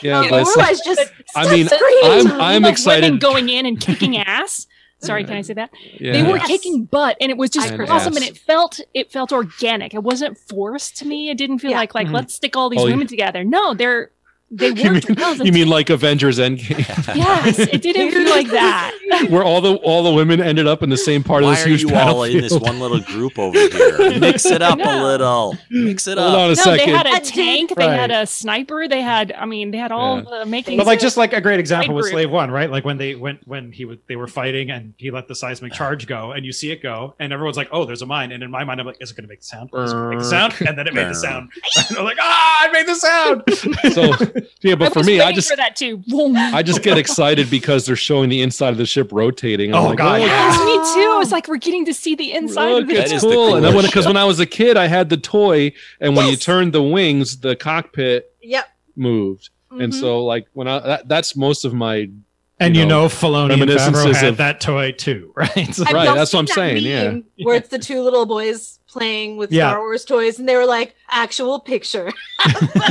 S9: yeah
S7: Okay,
S9: but it's like,
S7: otherwise just
S9: I
S7: stop
S9: mean,
S7: screaming.
S9: I'm- I'm
S8: Like Women
S9: excited-
S8: going in and kicking ass. Sorry, can I say that? They
S9: yeah.
S8: were
S7: Yes.
S8: kicking butt, and it was just
S7: I
S9: heard
S8: awesome.
S9: that.
S8: And it felt it felt organic. It wasn't forced to me. It didn't feel
S7: Yeah.
S8: like like
S6: Mhm.
S8: let's stick all these
S9: Mm-hmm. Oh,
S8: women together. No, they're They
S9: you
S8: weren't.
S9: mean,
S8: no, the
S9: you mean like Avengers Endgame?
S8: Yes, it didn't feel like that.
S9: where all the all the women ended up in the same part of
S5: Why
S9: this
S5: are
S9: huge
S5: you all in this
S9: battlefield.
S5: one little group over here? Mix it up a little. Mix it
S9: Hold
S5: up.
S9: on a
S8: no, they
S9: second.
S8: had a tank. They had
S6: Right.
S8: a sniper. They had. I mean, they had all the making.
S6: But like just like a great example
S8: Big
S6: with
S8: group.
S6: Slave One, right? Like when they went when he was they were fighting and he let the seismic charge go, and you see it go, and everyone's like, "Oh, there's a mine." And in my mind, I'm like, "Is it going to make the sound? Is it going to make the sound?" And then it made the sound. And I'm like, "Ah, I made the sound!"
S9: so yeah, but
S8: I
S9: for
S8: was
S9: me, I
S8: waiting
S9: just
S8: for that too.
S9: I just get excited because they're showing the inside of the ship rotating. I'm
S6: Oh,
S9: like,
S6: God,
S8: Yes, me too. I was like, we're getting to see the inside
S9: Look,
S8: of it.
S9: it's cool. and then when because when I was a kid, I had the toy, and when you turned the wings, the cockpit
S7: Yep. mm-hmm.
S9: moved. And so, like when I that, that's most of my
S6: And you know, Filoni and Favreau
S9: reminiscences
S6: had
S9: of-
S6: that toy too, right?
S7: I've
S9: right.
S7: also
S9: That's what I'm
S7: seen
S9: saying.
S7: that
S9: Yeah.
S7: meme Where it's the two little boys playing with
S6: Yeah.
S7: Star Wars toys, and they were like, actual picture.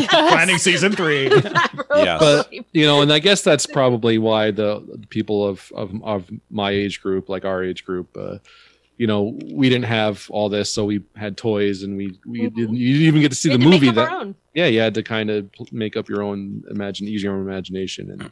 S6: Planning season three.
S9: Yeah, but you know, and I guess that's probably why the the people of of, of my age group, like our age group, uh, you know, we didn't have all this, so we had toys, and we we didn't you didn't even get to see the
S7: Mm-hmm. to make
S9: movie
S7: up our
S9: that
S7: own.
S9: yeah, you had to kind of make up your own imagine, use your own imagination, and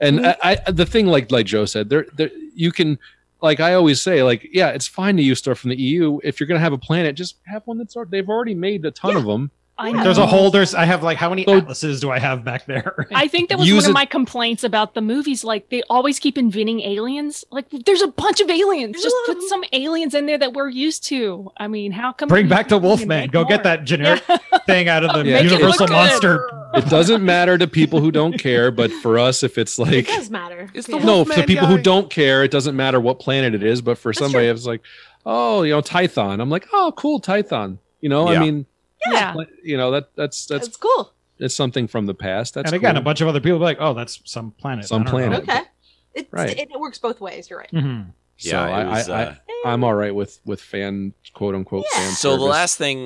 S9: and
S7: Mm-hmm.
S9: I, I the thing like like Joe said, there there you can. Like I always say, like yeah, it's fine to use stuff from the EU. If you're gonna have a planet, just have one that's al- they've already made a ton of them.
S8: I
S6: Like,
S8: know.
S6: there's a whole there's I have like how
S5: Oh.
S6: many atlases do I have back there?
S8: I think that was
S9: Use
S8: one of
S9: it-
S8: my complaints about the movies. Like they always keep inventing aliens. Like there's a bunch of aliens. Just put some aliens in there that we're used to. I mean, how come
S6: Bring
S8: we-
S6: back the
S8: we
S6: Wolfman.
S8: make
S6: Go
S8: more?
S6: get that generic thing out of the
S9: Make it look
S6: Universal
S9: good.
S6: Monster.
S9: It doesn't matter to people who don't care, but for us, if it's
S7: It
S9: like
S7: does matter. Yeah.
S9: no, for people who don't care, it doesn't matter what planet it is. But for somebody, it's like, oh, you know, Tython. I'm like, oh, cool, Tython. You know,
S5: Yeah.
S9: I mean,
S8: Yeah.
S9: you know that that's that's
S7: That's cool.
S9: it's something from the past. That's
S6: and again,
S9: cool.
S6: a bunch of other people be like, "Oh, that's some planet."
S9: Some
S6: I don't
S9: planet.
S6: know.
S7: Okay. It's,
S9: Right.
S7: it, it works both ways. You're right.
S6: Mhm.
S9: So
S5: Yeah,
S9: I,
S5: it was,
S9: I,
S5: uh,
S9: I, I'm all right with with fan quote unquote fan.
S5: So the
S9: service.
S5: last thing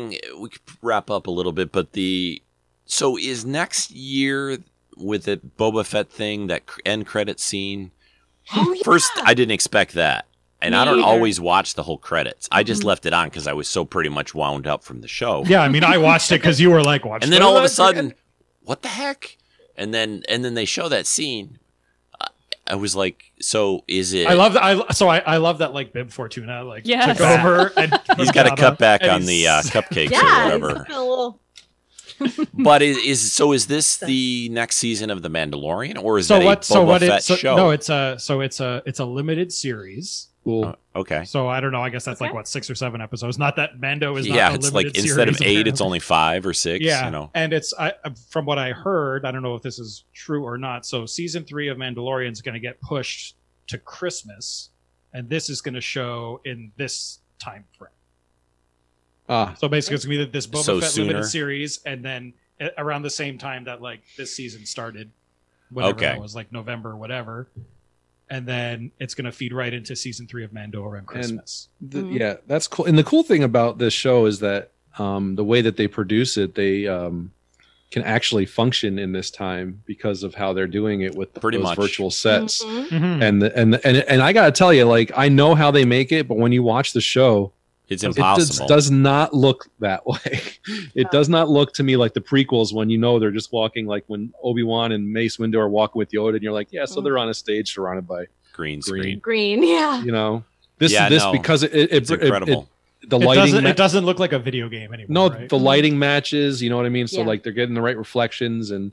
S5: we could wrap up a little bit, but the so is next year with the Boba Fett thing that cr- end credit scene.
S7: Oh,
S5: First, I didn't expect that, and
S8: Me
S5: I don't
S8: either. Mm.
S5: always watch the whole credits. I just left it on because I was so pretty much wound up from the show.
S6: Yeah, I mean, I watched it because you were like, "Watch."
S5: and then
S6: the
S5: all of a
S6: rest
S5: sudden, what the heck? And then and then they show that scene. I, I was like, so is it?
S6: I love that. I so I, I love that like Bib Fortuna like
S8: Yes.
S6: took over and
S5: He's got to
S6: Jabba,
S5: cut back
S6: and
S5: on
S6: he's-
S5: the uh, cupcakes or
S7: Yeah.
S5: whatever.
S7: It's been a little.
S5: But is, is so is this the next season of the Mandalorian or is
S6: so
S5: that
S6: what?
S5: a Boba
S6: So what?
S5: Fett
S6: It's so,
S5: show?
S6: no, it's a so it's a it's a limited series.
S9: cool.
S5: Uh, okay.
S6: So I don't know. I guess that's like what six or seven episodes. Not that Mando is
S5: Yeah,
S6: Not a
S5: it's like
S6: limited
S5: instead of eight,
S6: series,
S5: it's
S6: apparently.
S5: only five or six.
S6: yeah.
S5: you know.
S6: And it's I, uh, from what I heard. I don't know if this is true or not. So season three of Mandalorian is going to get pushed to Christmas, and this is going to show in this time frame.
S9: ah,
S6: So basically, it's gonna be this Boba
S5: So
S6: Fett
S5: sooner?
S6: limited series, and then a- around the same time that like this season started, whatever
S5: Okay.
S6: that was, like November, whatever. And then it's gonna feed right into season three of Mando around Christmas.
S9: The- yeah that's cool and the cool thing about this show is that um, the way that they produce it they um, can actually function in this time because of how they're doing it with
S5: Pretty
S9: those
S5: much.
S9: virtual sets
S7: Mm-hmm.
S6: Mhm.
S9: and the, and the, and and I gotta tell you like I know how they make it but when you watch the show
S5: It's
S9: it does,
S5: impossible.
S9: does not look that way it does not look to me like the prequels when you know they're just walking like when Obi Wan and Mace Windu are walking with Yoda and you're like yeah so they're on a stage surrounded by green.
S5: green screen.
S7: Green. Yeah.
S9: you know this
S5: Yeah,
S9: this
S5: no.
S9: because it, it,
S5: It's
S9: it, it-
S5: incredible.
S9: it- the
S6: It
S9: lighting
S6: doesn't.
S9: ma-
S6: It doesn't look like a video game anymore.
S9: no
S6: right?
S9: the lighting matches you know what i mean so
S7: Yeah.
S9: like they're getting the right reflections and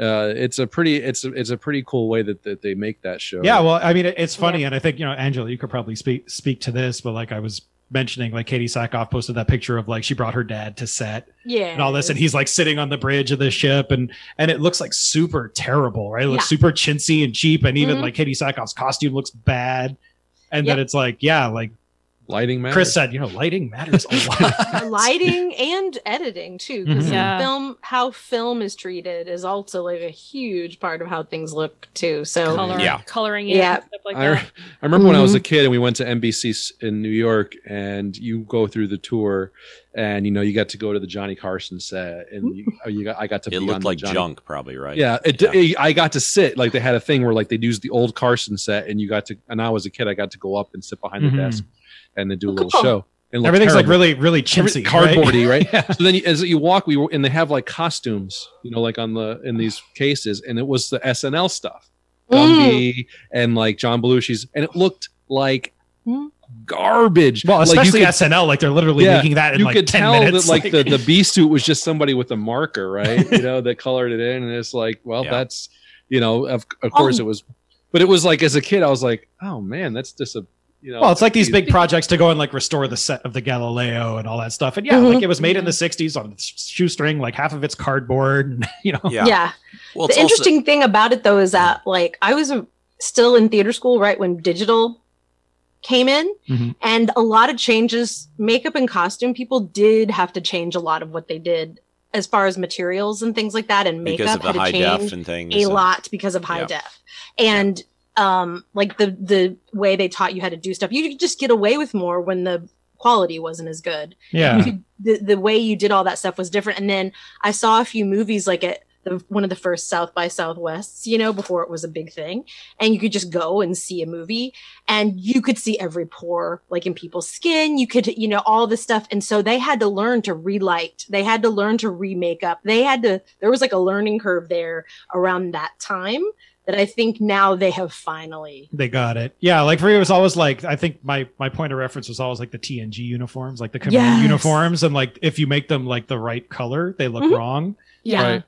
S9: uh it's a pretty it's a, it's a pretty cool way that, that they make that show
S6: Yeah, well, I mean, it- it's funny, and I think you know, Angela, you could probably speak speak to this, but like I was mentioning, like Katie Sackhoff posted that picture of like she brought her dad to set,
S7: Yeah.
S6: and all this and he's like sitting on the bridge of the ship and and it looks like super terrible right it looks
S7: Yeah.
S6: super chintzy and cheap and even
S7: Mhm.
S6: like katie sackhoff's costume looks bad and
S7: Yep.
S6: then it's like yeah like
S9: lighting matters.
S6: chris said you know lighting matters a lot
S7: Uh, lighting and editing too because
S9: Mm-hmm.
S6: Mhm.
S8: Yeah.
S7: film how film is treated is also like a huge part of how things look too so
S8: Color,
S5: Yeah.
S8: coloring it.
S7: Yeah.
S8: And stuff like
S9: I, re-
S8: that.
S9: I remember when I was
S7: Mhm.
S9: a kid and we went to NBC s- in New York and you go through the tour and you know you got to go to the Johnny Carson set and you, you got I got to
S5: It
S9: be on
S5: looked
S9: the
S5: like
S9: Johnny-
S5: junk, probably right.
S9: Yeah, it, it- I got to sit like they had a thing where like they'd use the old Carson set and you got to and I was a kid I got to go up and sit behind
S6: Mhm.
S9: the desk and then do a
S7: Oh,
S9: little
S7: cool.
S9: show. and look
S6: Everything's, like,
S9: terrible.
S6: really- really chintzy, right?
S9: cardboardy, right?
S6: Yeah.
S9: So then, you, as you walk, we were, and they have like costumes, you know, like on the in these cases, and it was the SNL stuff, Gumby and like John Belushi's, and it looked like garbage.
S6: Well,
S9: Like, you
S6: especially
S9: could-
S6: SNL, like they're literally making that in
S9: you
S6: like
S9: could
S6: ten
S9: tell
S6: minutes.
S9: That, like the, the B suit was just somebody with a marker, right? you know, that colored it in, and it's like, well, that's you know, of, of course it was, but it was like as a kid, I was like, oh man, that's just a you know,
S6: well, it's like these big projects to go and like restore the set of the Galileo and all that stuff. And yeah, like it was made in the '60s on shoestring, like half of it's cardboard. And, you know,
S7: mm, Yeah. the interesting thing about it though is that like I was uh, still in theater school right when digital came in
S5: Mm-hmm.
S7: and a lot of changes makeup and costume people did have to change a lot of what they did as far as materials and things like that and
S5: Because
S7: makeup
S5: of the high
S7: had to
S5: def
S7: change
S5: and things
S7: a
S5: and-
S7: lot because of high
S5: Yeah.
S7: def and um like the the way they taught you how to do stuff you could just get away with more when the quality wasn't as good
S10: Yeah.
S7: You could the, the way you did all that stuff was different. And then I saw a few movies like at the, one of the first South by Southwests, you know, before it was a big thing. And you could just go and see a movie and you could see every pore like in people's skin. You could, you know, all this stuff. And so they had to learn to relight. They had to learn to remake up. They had to, there was like a learning curve there around that time that I think now they have finally.
S6: they got it. Yeah, like for me, it was always like I think my my point of reference was always like the TNG uniforms, like the command
S7: Yes.
S6: uniforms, and like if you make them like the right color, they look
S7: Mhm.
S6: wrong.
S7: Yeah.
S9: Right.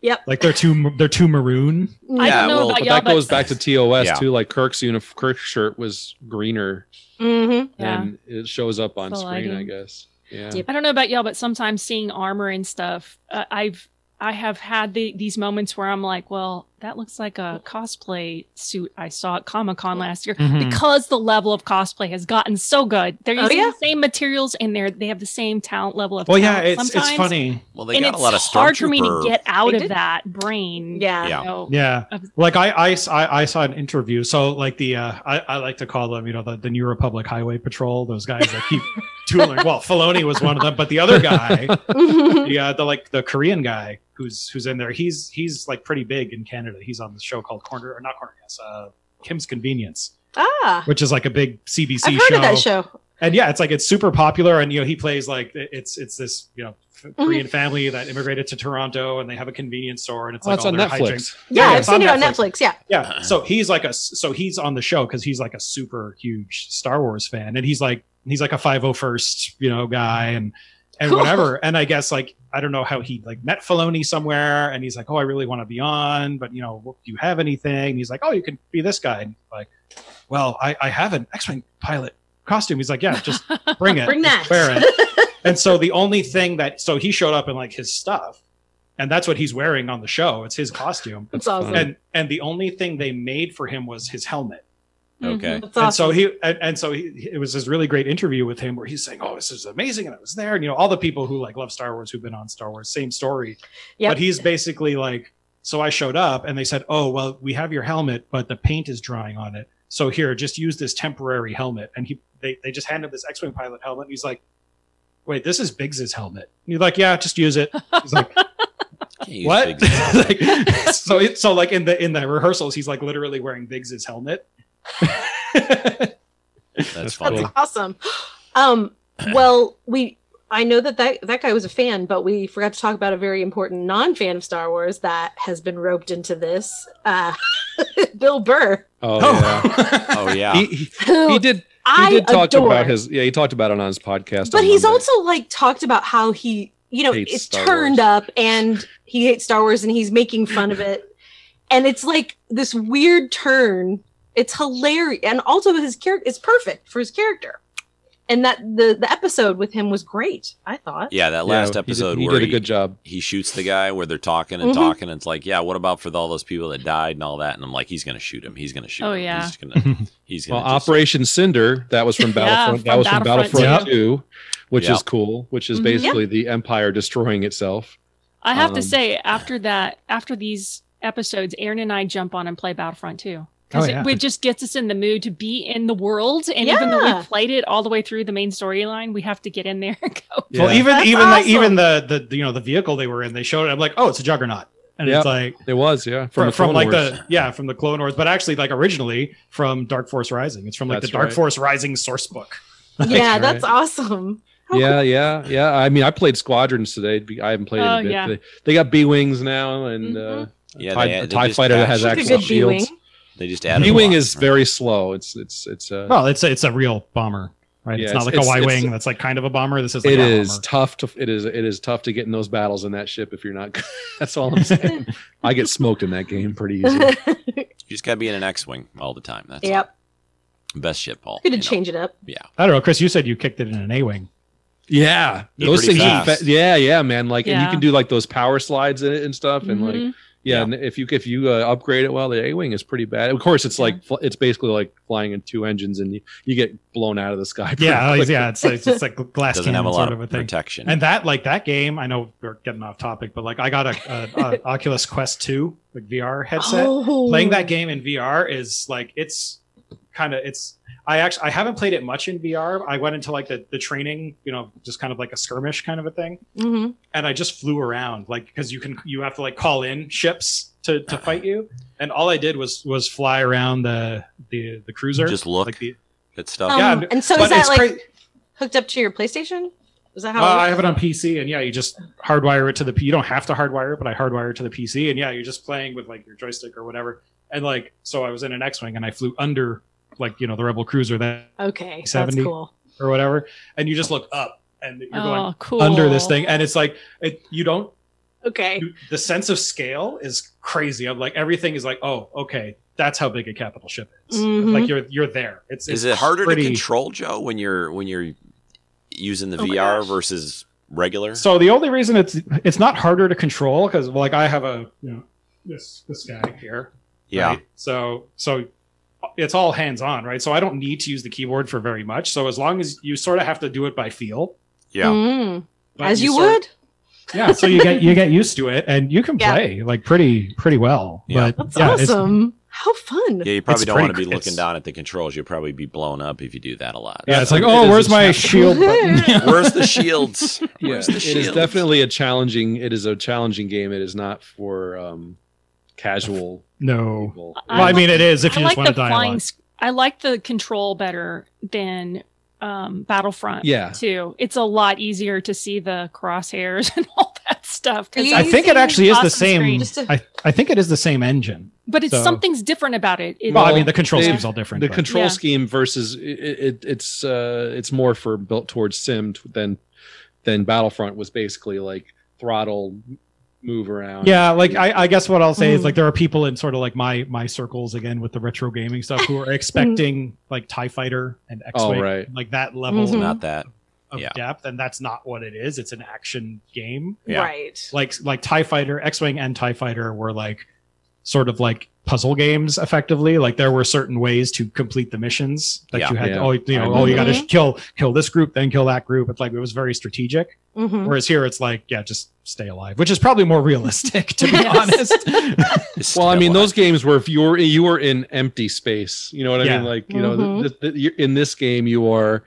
S7: Yep.
S6: Like they're too they're too maroon.
S7: I don't know
S9: but
S7: about y'all,
S9: that
S7: but-
S9: goes back to TOS
S6: Yeah.
S9: too. Like Kirk's unif- Kirk's shirt was greener,
S7: Mm-hmm.
S9: and it shows up on
S8: The
S9: screen, I
S8: lighting.
S9: guess. Yeah,
S8: I don't know about y'all, but sometimes seeing armor and stuff, uh, I've I have had the, these moments where I'm like, well, that looks like a cosplay suit I saw at Comic Con last year
S6: Hmm.
S10: Mhm.
S8: because the level of cosplay has gotten so good. They're
S10: Oh,
S8: using
S10: yeah.
S8: the same materials and they're they have the same talent level of.
S6: Well, yeah,
S8: talent
S6: it's- it's
S8: sometimes.
S6: funny. Well, they
S8: and
S6: got a
S8: it's
S6: lot of
S8: hard for me to
S6: stormtrooper-
S8: get out
S6: They
S8: of
S6: did.
S8: that brain.
S7: Yeah.
S6: Yeah.
S8: you know,
S6: yeah
S8: of-
S6: like I, I s- I- I saw an interview so like the uh i, I like to call them you know the, the new republic highway patrol those guys that keep tooling well Filoni was one of them but the other guy
S7: Mm-hmm.
S6: the uh, the like the korean guy who's who's in there he's he's like pretty big in canada he's on the show called corner or not corner yes uh kim's convenience
S7: Ah.
S6: which is like a big cbc
S7: I've heard
S6: show
S7: of that show.
S6: and yeah, it's like it's super popular, and you know he plays like it- it's it's this you know f-
S7: Mhm.
S6: Korean family that immigrated to Toronto, and they have a convenience store, and it's
S9: Oh,
S6: like
S9: it's
S6: all
S9: on
S6: their
S9: Netflix.
S6: hijinks.
S7: Yeah, I've
S6: it's
S7: seen it on Netflix. Yeah.
S6: Yeah, so he's like a s- so he's on the show because he's like a super huge Star Wars fan, and he's like he's like a five oh first you know guy, and and
S9: Cool.
S6: whatever. And I guess like I don't know how he like met Filoni somewhere, and he's like, oh, I really want to be on, but you know, do you have anything? And he's like, oh, you can be this guy. And he's like, well, I I have an X Wing pilot costume. He's like, yeah, just bring it,
S7: Bring
S6: just
S7: that.
S6: wear it. and so the only thing that so he showed up in like his stuff, and that's what he's wearing on the show. It's his costume.
S7: That's awesome.
S6: And and the only thing they made for him was his helmet.
S7: Okay. That's
S6: And so
S7: awesome.
S6: he and, and so he it was this really great interview with him where he's saying, "Oh, this is amazing," and I was there, and you know all the people who like love Star Wars who've been on Star Wars, same story.
S7: Yep.
S6: But he's basically like, so I showed up and they said, "Oh, well, we have your helmet, but the paint is drying on it, so here, just use this temporary helmet." And he they they just handed him this X-wing pilot helmet, and he's like, "Wait, this is Biggs's helmet." And he's like, "Yeah, just use it." He's like.
S8: Mm-hmm.
S6: What? like, so it, so like in the in the rehearsals, he's like literally wearing Biggs's helmet.
S5: That's funny.
S7: That's awesome. Um, well, we I know that, that that guy was a fan, but we forgot to talk about a very important non-fan of Star Wars that has been roped into this. Uh, Bill Burr.
S9: Oh, yeah.
S5: oh yeah.
S9: He, he,
S7: Who
S9: he did. He
S7: I
S9: did talk
S7: adore.
S9: about his. Yeah, he talked about it on his podcast.
S7: But
S9: on
S7: he's
S9: Monday.
S7: also like talked about how he, you know,
S9: Hates
S7: it's
S9: Star
S7: turned up and he hates Star Wars and he's making fun of it. And it's like this weird turn. It's hilarious. And also his character it's perfect for his character. And that the the episode with him was great, I thought.
S5: Yeah, that last
S9: he did-
S5: episode
S9: he
S5: where
S9: did a good job.
S5: He shoots the guy where they're talking and
S8: Mm-hmm.
S7: Mhm.
S5: talking. And it's like, yeah, what about for all those people that died and all that? And I'm like, he's gonna shoot him. He's gonna shoot.
S8: Oh,
S5: him.
S8: yeah.
S5: He's gonna. He's
S9: Well,
S5: gonna. just-
S9: Operation Cinder, that was from
S5: Yeah,
S9: Battlefront. that
S5: from
S9: was from
S5: Battlefront
S9: Battlefront, 2, which
S5: Yeah.
S9: is cool, which is
S7: Mm-hmm.
S8: Mhm.
S9: basically the Empire destroying itself.
S8: I have to
S9: Um,
S8: say, after that, after these episodes, Aaron and I jump on and play Battlefront 2.
S9: Oh,
S8: Because
S9: yeah.
S8: it, it just gets us in the mood to be in the world. And even though
S7: Yeah.
S8: we've played it all the way through the main storyline, we have to get in there and go.
S6: Well, even
S8: That's
S6: even
S8: awesome.
S6: the, even the, the the, you know the vehicle they were in, they showed it. I'm like, oh, it's a juggernaut, and
S9: Yeah,
S6: it's like
S9: it was, yeah,
S6: from,
S9: the
S6: from,
S9: Clone
S6: like
S9: Wars.
S6: the yeah from the Clone Wars, but actually like originally from Dark Force Rising. It's from like
S9: That's
S6: the Dark
S9: right.
S6: Force Rising source book.
S7: yeah, that's awesome.
S9: yeah, yeah, yeah. I mean, I played Squadrons today. I haven't played it
S7: Oh,
S9: a bit.
S7: yeah. Mm-hmm.
S9: They, they got B wings now, and uh,
S5: Yeah,
S9: a tie,
S5: they-
S9: a
S5: they
S9: TIE
S5: just
S9: fighter that has
S5: patched- That's a
S9: actual
S5: good B-wing.
S9: shields.
S5: They just added a
S9: B wing
S5: lot,
S9: is very slow. It's it's it's. Uh,
S6: Well, it's a, it's a real bomber, right?
S9: Yeah,
S6: it's
S9: it's-
S6: not like
S9: it's-
S6: a Y
S9: it's-
S6: wing that's like kind of a bomber. This is like
S9: it
S6: a
S9: is
S6: bomber.
S9: tough to it is it is tough to get in those battles in that ship if you're not. good. That's all I'm saying. I get smoked in that game pretty easy.
S5: You just gotta be in an X-wing all the time. That's
S7: yep.
S5: the best ship, Paul.
S7: Good to change it up.
S5: Yeah.
S6: I don't know, Chris. You said you kicked it in an A wing.
S9: Yeah,
S6: They're
S9: those
S6: pretty
S9: things. Are
S6: fast.
S9: fa- yeah, yeah, man. Like, and you
S6: Yeah.
S9: can do like those power slides in it and stuff, and
S6: Mhm.
S5: Mm-hmm.
S9: like, yeah, And if you if you uh, upgrade it well, the A wing is pretty bad. Of course, it's like fl- it's basically like flying in two engines, and you, you get blown out of the sky. pretty
S6: Yeah, oh,
S9: quick.
S6: yeah. It's like, it's just like glass
S5: Doesn't
S6: cannon
S5: have a lot
S6: sort of a
S5: of
S6: thing.
S5: protection.
S6: And that like that game, I know we're getting off topic, but like I got a, a, a Oculus Quest Two like VR headset.
S10: Oh.
S6: Playing that game in VR is like it's kind of it's. I actually I haven't played it much in VR. I went into like the the training, you know, just kind of like a skirmish kind of a thing,
S7: Mm-hmm.
S6: and I just flew around like because you can you have to like call in ships to to fight you, and all I did was was fly around the the the cruiser.
S5: Just look
S6: Like the,
S5: Good
S9: Oh.
S5: stuff.
S6: Yeah,
S7: Um, and so
S6: but
S7: is that
S6: it's
S7: like
S6: cra-
S7: hooked up to your PlayStation? Is that how?
S6: Uh,
S7: it
S6: I
S7: works?
S6: have it on PC, and yeah, you just hardwire it to the. P- You don't have to hardwire it, but I hardwire it to the PC, and yeah, you're just playing with like your joystick or whatever. And like, so I was in an X-wing, and I flew under, like you know, the Rebel cruiser that
S7: Okay, that's
S6: 70
S7: cool.
S6: or whatever, and you just look up, and you're
S7: Oh,
S6: going
S7: cool.
S6: under this thing, and it's like it, you don't.
S7: Okay.
S6: the sense of scale is crazy. I'm like everything is like, oh, okay, that's how big a capital ship is.
S7: Mhm.
S6: Like you're you're there. It's,
S5: is
S6: it's
S5: it harder
S6: pretty-
S5: to control, Joe, when you're when you're using the
S6: Oh my
S5: VR versus regular?
S6: So the only reason it's it's not harder to control because like I have a you know this this guy here.
S5: yeah,
S6: right? So so it's all hands on, right? So I don't need to use the keyboard for very much. So as long as you sort of have to do it by feel.
S5: Yeah.
S7: Mm.
S6: But
S7: As you,
S6: you
S7: would.
S6: sort- Yeah, so you get you get used to it and you can
S7: Yeah.
S6: play like pretty pretty well. But
S7: That's
S6: yeah, it's-
S7: awesome. How fun.
S5: yeah. You probably
S6: It's
S5: don't want to
S6: pretty
S5: be
S6: cr-
S5: looking down at the controls. You'll probably be blown up if you do that a lot.
S6: Yeah, it's
S9: It
S6: like, oh,
S9: is
S6: where's
S9: a
S6: my
S9: snap-
S6: shield button?
S5: Where's the shields?
S9: Yeah,
S5: Where's the
S9: it
S5: shields?
S9: is definitely a challenging. It is a challenging game. It is not for um, casual. Um,
S6: No.
S9: Well,
S6: I mean, it is if
S8: I
S6: you
S8: like
S6: just want
S8: the
S6: to dialogue.
S8: flying. sc- I like the control better than um, Battlefront.
S6: Yeah.
S8: too. It's a lot easier to see the crosshairs and all that stuff. 'cause
S6: I think it actually is the same.
S8: Just to-
S6: I, I think it is the same engine.
S8: but it's
S9: so-
S8: something's different about it. It-
S6: Well, I mean, the control
S9: they-
S6: scheme's all different,
S9: The
S6: but-
S9: control
S8: Yeah.
S9: scheme versus it, it, it's uh, it's more for built towards sim t- than than Battlefront was basically like throttle move around.
S6: Yeah, like I, I guess what I'll say is
S9: Mhm.
S6: like there are people in sort of like my my circles again with the retro gaming stuff who are expecting like Tie Fighter and X Wing,
S9: Oh, right.
S6: like that level.
S5: It's not that.
S6: Of
S5: Mm-hmm. Yeah.
S6: depth, and that's not what it is. It's an action game,
S7: Yeah. Right.
S6: Like like Tie Fighter, X Wing, and Tie Fighter were like sort of like puzzle games effectively like there were certain ways to complete the missions that
S9: Yeah.
S6: you had
S9: Yeah.
S6: to, oh you
S9: I
S6: know oh you got
S9: remember.
S6: to kill kill this group then kill that group it's like it was very strategic
S7: Mhm.
S6: whereas here it's like yeah just stay alive which is probably more realistic to be honest
S9: well, I mean, those games were if you were you were in empty space. You know what I
S6: Yeah.
S9: mean? Like you know,
S6: Mhm.
S9: th- th- you're, in this game, you are,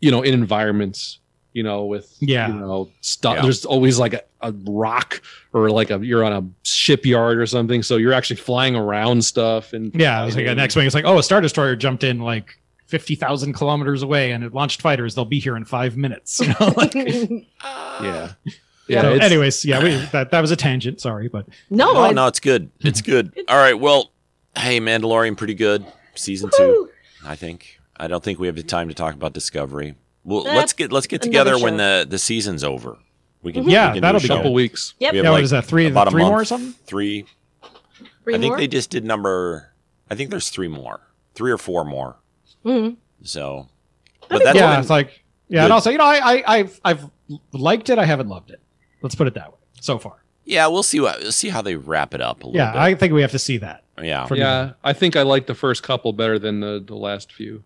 S9: you know, in environments. You know, with
S6: Yeah.
S9: you know, stuff.
S6: Yeah.
S9: There's always like a, a rock or like a you're on a shipyard or something. So you're actually flying around stuff and
S6: yeah it was like an x-wing it's like oh a star destroyer jumped in like 50,000 kilometers away and it launched fighters they'll be here in five minutes you know like
S5: uh,
S9: yeah
S6: So
S5: it's-
S6: anyways yeah we, that, that was a tangent sorry but
S7: No,
S5: no,
S6: I-
S5: no, it's good. It's good. All right. Well, hey, Mandalorian, pretty good season two. I think. I don't think we have the time to talk about Discovery. Well, let's
S6: That's
S5: get let's get
S6: another
S5: together when
S6: show.
S5: the the season's over. We can. we
S6: Yeah,
S5: can do
S6: that'll
S5: a
S6: be
S5: show.
S6: couple
S9: weeks.
S7: Yep.
S5: We have,
S6: Yeah, what
S5: like,
S6: is that, uh, three-
S5: about a
S6: three more or
S5: month,
S6: something?
S5: Three.
S7: Three
S5: I think
S7: more?
S5: they just did number. I think there's three more, three or four more.
S7: Mhm.
S5: So,
S6: yeah
S5: what-
S6: it's like yeah and
S5: Good.
S6: also you know I, I i've i've liked it i haven't loved it let's put it that way so far
S5: yeah. We'll see what we'll see how they wrap it up a little
S6: yeah
S5: bit.
S6: i think we have to see that
S5: yeah,
S6: for
S9: yeah, I think I like the first couple better than the the last few.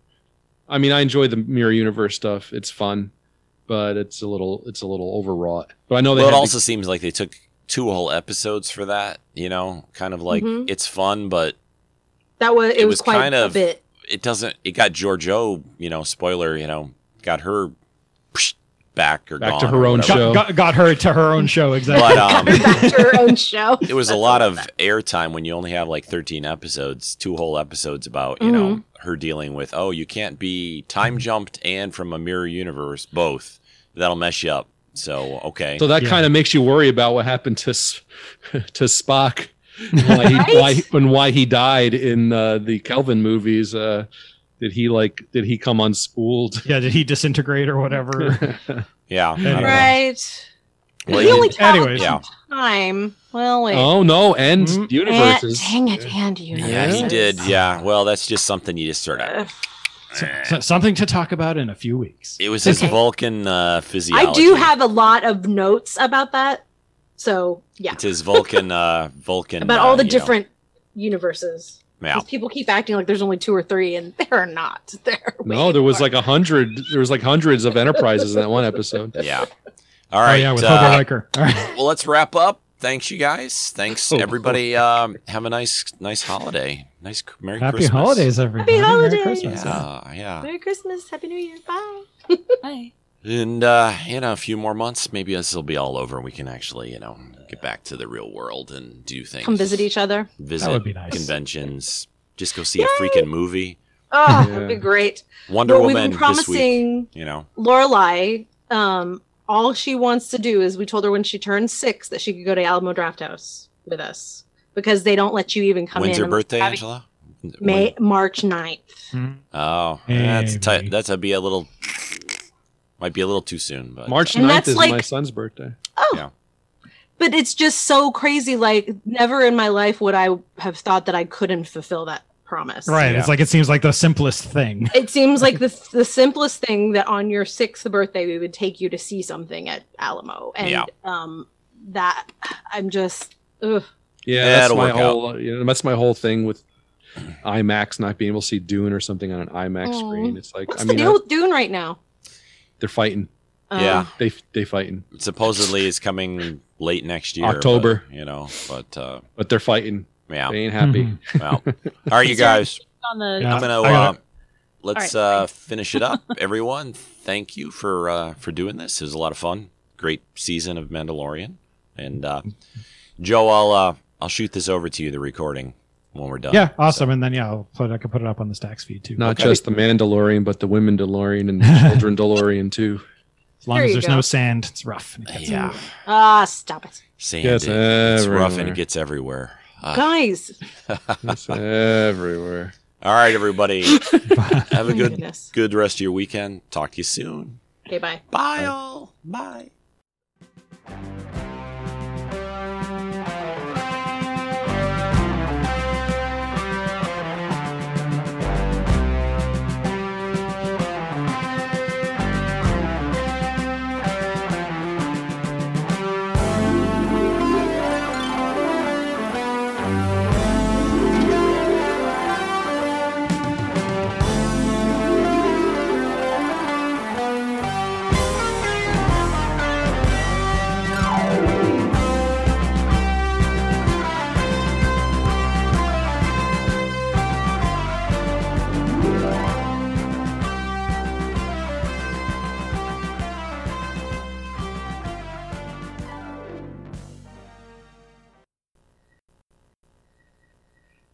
S9: I mean, I enjoy the mirror universe stuff; it's fun, but it's a little it's a little overwrought. But I know Oh, they
S5: Well, it
S9: had to-
S5: also seems like they took two whole episodes for that. You know, kind of like
S7: Mhm.
S5: it's fun, but
S7: That was it, was, quite
S5: kind of
S7: a bit.
S5: It doesn't. It got Giorgio. You know, spoiler. You know, got her psh, back or
S9: Back
S5: gone
S9: to
S5: or
S9: her own
S5: whatever.
S9: show.
S6: Got, got her to her own show exactly.
S5: But, um,
S7: Back to her own show.
S5: It was a lot of airtime when you only have like 13 episodes, two whole episodes about, you know,
S7: Mm-hmm.
S5: her dealing with, oh, you can't be time jumped and from a mirror universe, both. That'll mess you up. So, okay.
S9: So that kind of makes you worry about what happened to S- to Spock, and why he, why, and why he died in uh, the Kelvin movies. Uh, did he like? Did he come unspooled?
S6: Yeah, did he disintegrate or whatever?
S5: yeah. I don't know.
S7: Right.
S5: Well,
S7: He only traveled
S6: anyways.
S5: Yeah.
S7: Time. Well, wait.
S9: Oh no, and
S7: and,
S9: universes.
S7: dang it, and universes.
S5: Yeah, he did. Yeah. Well, that's just something you just sort of.
S6: So- something to talk about in a few weeks.
S5: It was his
S7: Okay.
S5: Vulcan uh, physiology.
S7: I do have a lot of notes about that. So yeah,
S5: It's his Vulcan, uh, Vulcan.
S7: about
S5: uh,
S7: all the
S5: you know,
S7: different universes.
S5: Yeah.
S7: 'Cause People keep acting like there's only two or three, and there are not. There. are
S9: No, there was like a hundred. There was like hundreds of enterprises in that one episode.
S5: Yeah. All right.
S6: oh, yeah, with
S5: uh,
S6: Hobo Riker. All right.
S5: well, let's wrap up. Thanks, you guys. Thanks,
S6: Oh,
S5: everybody. Um, have a nice, nice holiday. Nice, Merry
S6: Happy
S5: Christmas.
S6: holidays, everybody.
S7: holidays.
S6: Merry Christmas.
S5: Yeah, yeah.
S7: Merry Christmas, Happy New Year, bye.
S8: Bye.
S5: And uh, in a few more months, maybe this will be all over. We can actually, you know, get back to the real world and do things.
S7: Come visit each other.
S5: Visit
S6: That would be nice.
S5: conventions. Just go see a freaking movie.
S7: Oh,
S9: Yeah.
S7: that'd be great.
S5: Wonder
S7: well,
S5: Woman
S7: we've been
S5: this week.
S7: promising
S5: You know.
S7: Lorelai. Um, all she wants to do is we told her when she turned six that she could go to Alamo Draft House with us because they don't let you even come
S5: When's
S7: in.
S5: your birthday,
S7: having-
S5: Angela?
S7: May March 9th.
S5: Oh,
S6: Hey,
S5: that's tight.
S6: buddy.
S5: That's a be a little. Might be a little too soon, but
S9: March
S7: And
S9: 9th
S7: that's
S9: is my
S7: like-
S9: son's birthday.
S7: But it's just so crazy. Like, never in my life would I have thought that I couldn't fulfill that promise.
S6: Right.
S5: Yeah.
S6: It's like it seems like the simplest thing.
S7: It seems like the, the simplest thing that on your sixth birthday, we would take you to see something at Alamo. And
S5: Yeah.
S7: um, that, I'm just, ugh.
S9: Yeah,
S5: Yeah,
S9: that's
S5: it'll
S9: my
S5: work out.
S9: whole. You know, that's my whole thing with IMAX not being able to see Dune or something on an IMAX
S7: Oh.
S9: screen. It's like
S7: what's
S9: I mean,
S7: the
S9: I-
S7: deal with Dune right now?
S9: they're fighting.
S7: Um,
S5: Yeah.
S9: They they fighting,
S5: supposedly it's coming late next year,
S9: October.
S5: but, you know, but uh,
S9: but they're fighting.
S5: yeah.
S9: They ain't happy.
S6: Mhm.
S5: Well, all right, you
S8: Is there
S5: guys.
S8: On the
S6: Yeah.
S5: I'm gonna
S6: I
S5: uh,
S6: gotta-
S5: let's
S8: All right,
S5: uh, finish it up, everyone. Thank you for uh, for doing this. It was a lot of fun. Great season of Mandalorian, and uh, Joe, I'll uh, I'll shoot this over to you the recording when we're done.
S6: Yeah, awesome. And then yeah, I'll put I can put it up on the stacks feed too.
S9: Not just the Mandalorian, but the women DeLorean and the children DeLorean too.
S6: as long
S7: There
S6: as
S7: you
S6: there's
S7: go.
S6: no sand, it's rough. and it
S5: So,
S6: gets-
S5: yeah.
S7: Ah, stop it.
S5: Sand.
S9: Gets
S5: it- it's rough and
S9: everywhere.
S5: it gets everywhere. Uh,
S7: Guys.
S9: It's everywhere.
S5: all right, everybody. Have a
S7: Oh my
S5: good
S7: goodness.
S5: good rest of your weekend. Talk to you soon.
S7: Okay, bye.
S5: Bye all. Bye.